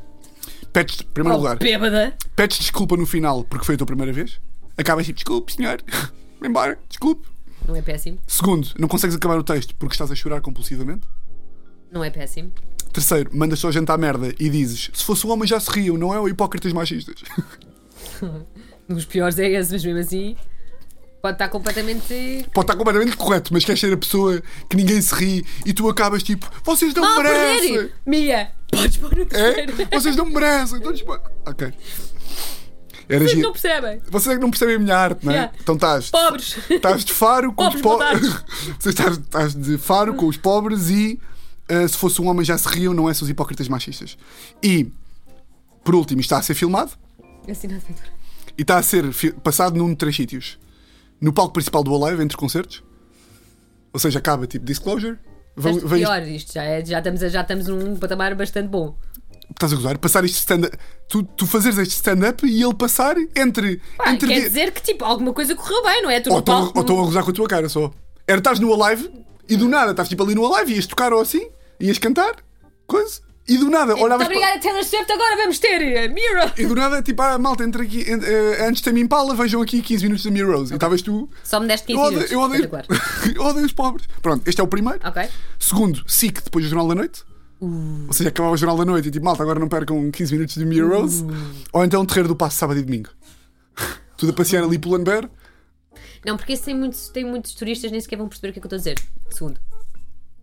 Speaker 1: Pedes, em primeiro
Speaker 2: Oh,
Speaker 1: lugar,
Speaker 2: bêbada.
Speaker 1: pedes desculpa no final porque foi a tua primeira vez. Acabas tipo: Desculpe, senhor. Vem embora, desculpe.
Speaker 2: Não é péssimo.
Speaker 1: Segundo, não consegues acabar o texto porque estás a chorar compulsivamente.
Speaker 2: Não é péssimo.
Speaker 1: Terceiro, mandas só a gente à merda e dizes: Se fosse um homem já se riam, não é o hipócritas machistas.
Speaker 2: Um dos piores é esse, mas mesmo assim. Pode estar completamente.
Speaker 1: Pode estar tá completamente correto, mas queres ser a pessoa que ninguém se ri e tu acabas tipo: Vocês não
Speaker 2: Ah,
Speaker 1: merecem!
Speaker 2: perder! Mia! Podes pôr no terceiro.
Speaker 1: É? Vocês não merecem! Então, tipo, ok. Era
Speaker 2: Vocês não
Speaker 1: giro.
Speaker 2: percebem.
Speaker 1: Vocês é que não percebem a minha arte, não é?
Speaker 2: Yeah.
Speaker 1: Então estás.
Speaker 2: Pobres!
Speaker 1: Estás de faro com
Speaker 2: Pobres
Speaker 1: os pobres.
Speaker 2: botardos.
Speaker 1: Vocês estás, estás de faro com os pobres e eh, se fosse um homem já se riam, não é seus hipócritas machistas. E, por último, isto está a ser filmado
Speaker 2: Assinado pintura.
Speaker 1: e está a ser fi- passado num de três sítios. No palco principal do Alive, entre concertos. Ou seja, acaba tipo Disclosure. Vão-
Speaker 2: Deste
Speaker 1: vem isto-
Speaker 2: pior, isto já, é, já, estamos, a- já estamos num patamar bastante bom.
Speaker 1: Estás a gozar? Passar este stand-up. Tu, tu fazeres este stand-up e ele passar entre.
Speaker 2: Pá,
Speaker 1: entre
Speaker 2: quer
Speaker 1: di-
Speaker 2: dizer que tipo, alguma coisa correu bem, não é? Tu
Speaker 1: Ou
Speaker 2: no palco,
Speaker 1: estão a gozar com a tua cara só. Era estás no Alive e do nada estás tipo ali no Alive, ias tocar ou assim, ias cantar, coisa, e do nada
Speaker 2: Muito
Speaker 1: olhavas para.
Speaker 2: obrigada, Taylor Swift. Agora vamos ter a Mira.
Speaker 1: E do nada, tipo, ah, malta, entra aqui, en- eh, antes da minha impala, vejam aqui 15 minutos da minha Rose. E estavas tu.
Speaker 2: Só me deste
Speaker 1: Eu
Speaker 2: 15
Speaker 1: odeio,
Speaker 2: minutos.
Speaker 1: eu, odeio,
Speaker 2: Espetacular.
Speaker 1: eu odeio os pobres. Pronto, este é o primeiro.
Speaker 2: Ok.
Speaker 1: Segundo, SIC, depois do Jornal da Noite. Ou seja, acabava o Jornal da Noite e tipo, malta, agora não percam 15 minutos de Mia Rose. Ou então Terreiro do Passo, sábado e domingo. Tudo a passear ali pelo Lambert.
Speaker 2: Não, porque esse tem muitos, tem muitos turistas, nem sequer vão perceber o que é que eu estou a dizer. Segundo.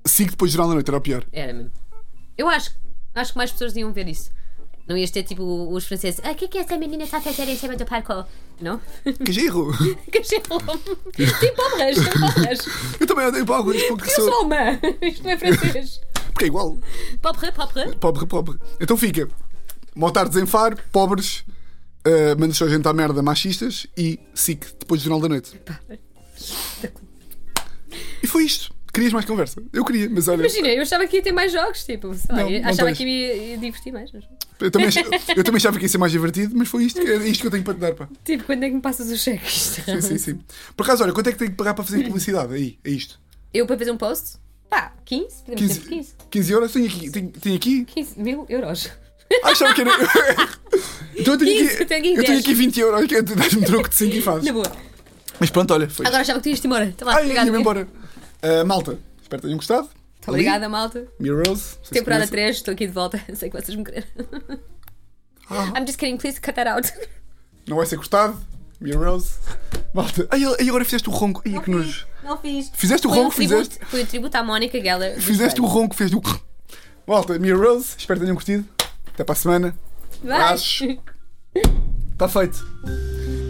Speaker 1: SIC, depois do Jornal da Noite, era o pior.
Speaker 2: Era mesmo. Eu acho, acho que mais pessoas iam ver isso. Não ias ter tipo os franceses. Ah, o que é que essa menina está a fazer em cima do palco? Não? Tipo,
Speaker 1: Que giro!
Speaker 2: Cachorro. tem pobres, tem pobres.
Speaker 1: Eu também odeio pobres porque
Speaker 2: Eu
Speaker 1: sou.
Speaker 2: sou uma. Isto não é francês.
Speaker 1: Porque é igual.
Speaker 2: Pobre, pobre.
Speaker 1: Pobre, pobre. Então fica. Motards em Faro, pobres, uh, mandas só gente à merda, machistas e SIC, depois do Jornal da Noite. E foi isto. Querias mais conversa? Eu queria, mas olha.
Speaker 2: Imagina, eu achava que ia ter mais jogos, tipo, sei lá,
Speaker 1: Não,
Speaker 2: eu
Speaker 1: não
Speaker 2: achava
Speaker 1: tens.
Speaker 2: que ia, ia divertir mais. mas-
Speaker 1: Eu também, ach- eu também achava que ia ser mais divertido, mas foi isto que, é isto que eu tenho para te dar, pá.
Speaker 2: Tipo, quando é que me passas os cheques?
Speaker 1: Sim, sim, sim. Por acaso, olha, quanto é que tenho que pagar para fazer publicidade? Aí, é isto.
Speaker 2: Eu para fazer um post? Pá, 15? Podemos 15.
Speaker 1: 15,
Speaker 2: por 15.
Speaker 1: 15 euros? Tenho aqui. Tenho, tenho aqui?
Speaker 2: 15 mil euros.
Speaker 1: Ah, achava que era. então eu tenho
Speaker 2: 15,
Speaker 1: aqui.
Speaker 2: eu tenho aqui
Speaker 1: Eu tenho
Speaker 2: 10.
Speaker 1: aqui 20 euros. que é- Tu dás-me troco de 5 e fazes.
Speaker 2: Na boa.
Speaker 1: Mas pronto, olha, foi.
Speaker 2: Agora achava que tu ias-te embora. Tá lá,
Speaker 1: Ai,
Speaker 2: obrigada.
Speaker 1: ia-me embora. Ah, malta, espero que tenham gostado.
Speaker 2: Muito Obrigada, malta.
Speaker 1: Ali, Mia Rose. vocês
Speaker 2: Temporada
Speaker 1: conhecem.
Speaker 2: 3, estou aqui de volta. Sei que vocês me querem.
Speaker 1: Ah.
Speaker 2: I'm just kidding, please cut that out.
Speaker 1: Não vai ser cortado. Mia Rose. Malta. Ai, ai, agora fizeste o ronco. Ai, que nojo.
Speaker 2: Não fiz.
Speaker 1: Fizeste o
Speaker 2: Foi um
Speaker 1: ronco,
Speaker 2: tributo-
Speaker 1: fizeste.
Speaker 2: Foi o tributo à Mónica Geller.
Speaker 1: Fizeste o ronco, fez o. Malta, Mia Rose. Espero que tenham curtido. Até para a semana.
Speaker 2: Vai.
Speaker 1: Acho. Está feito.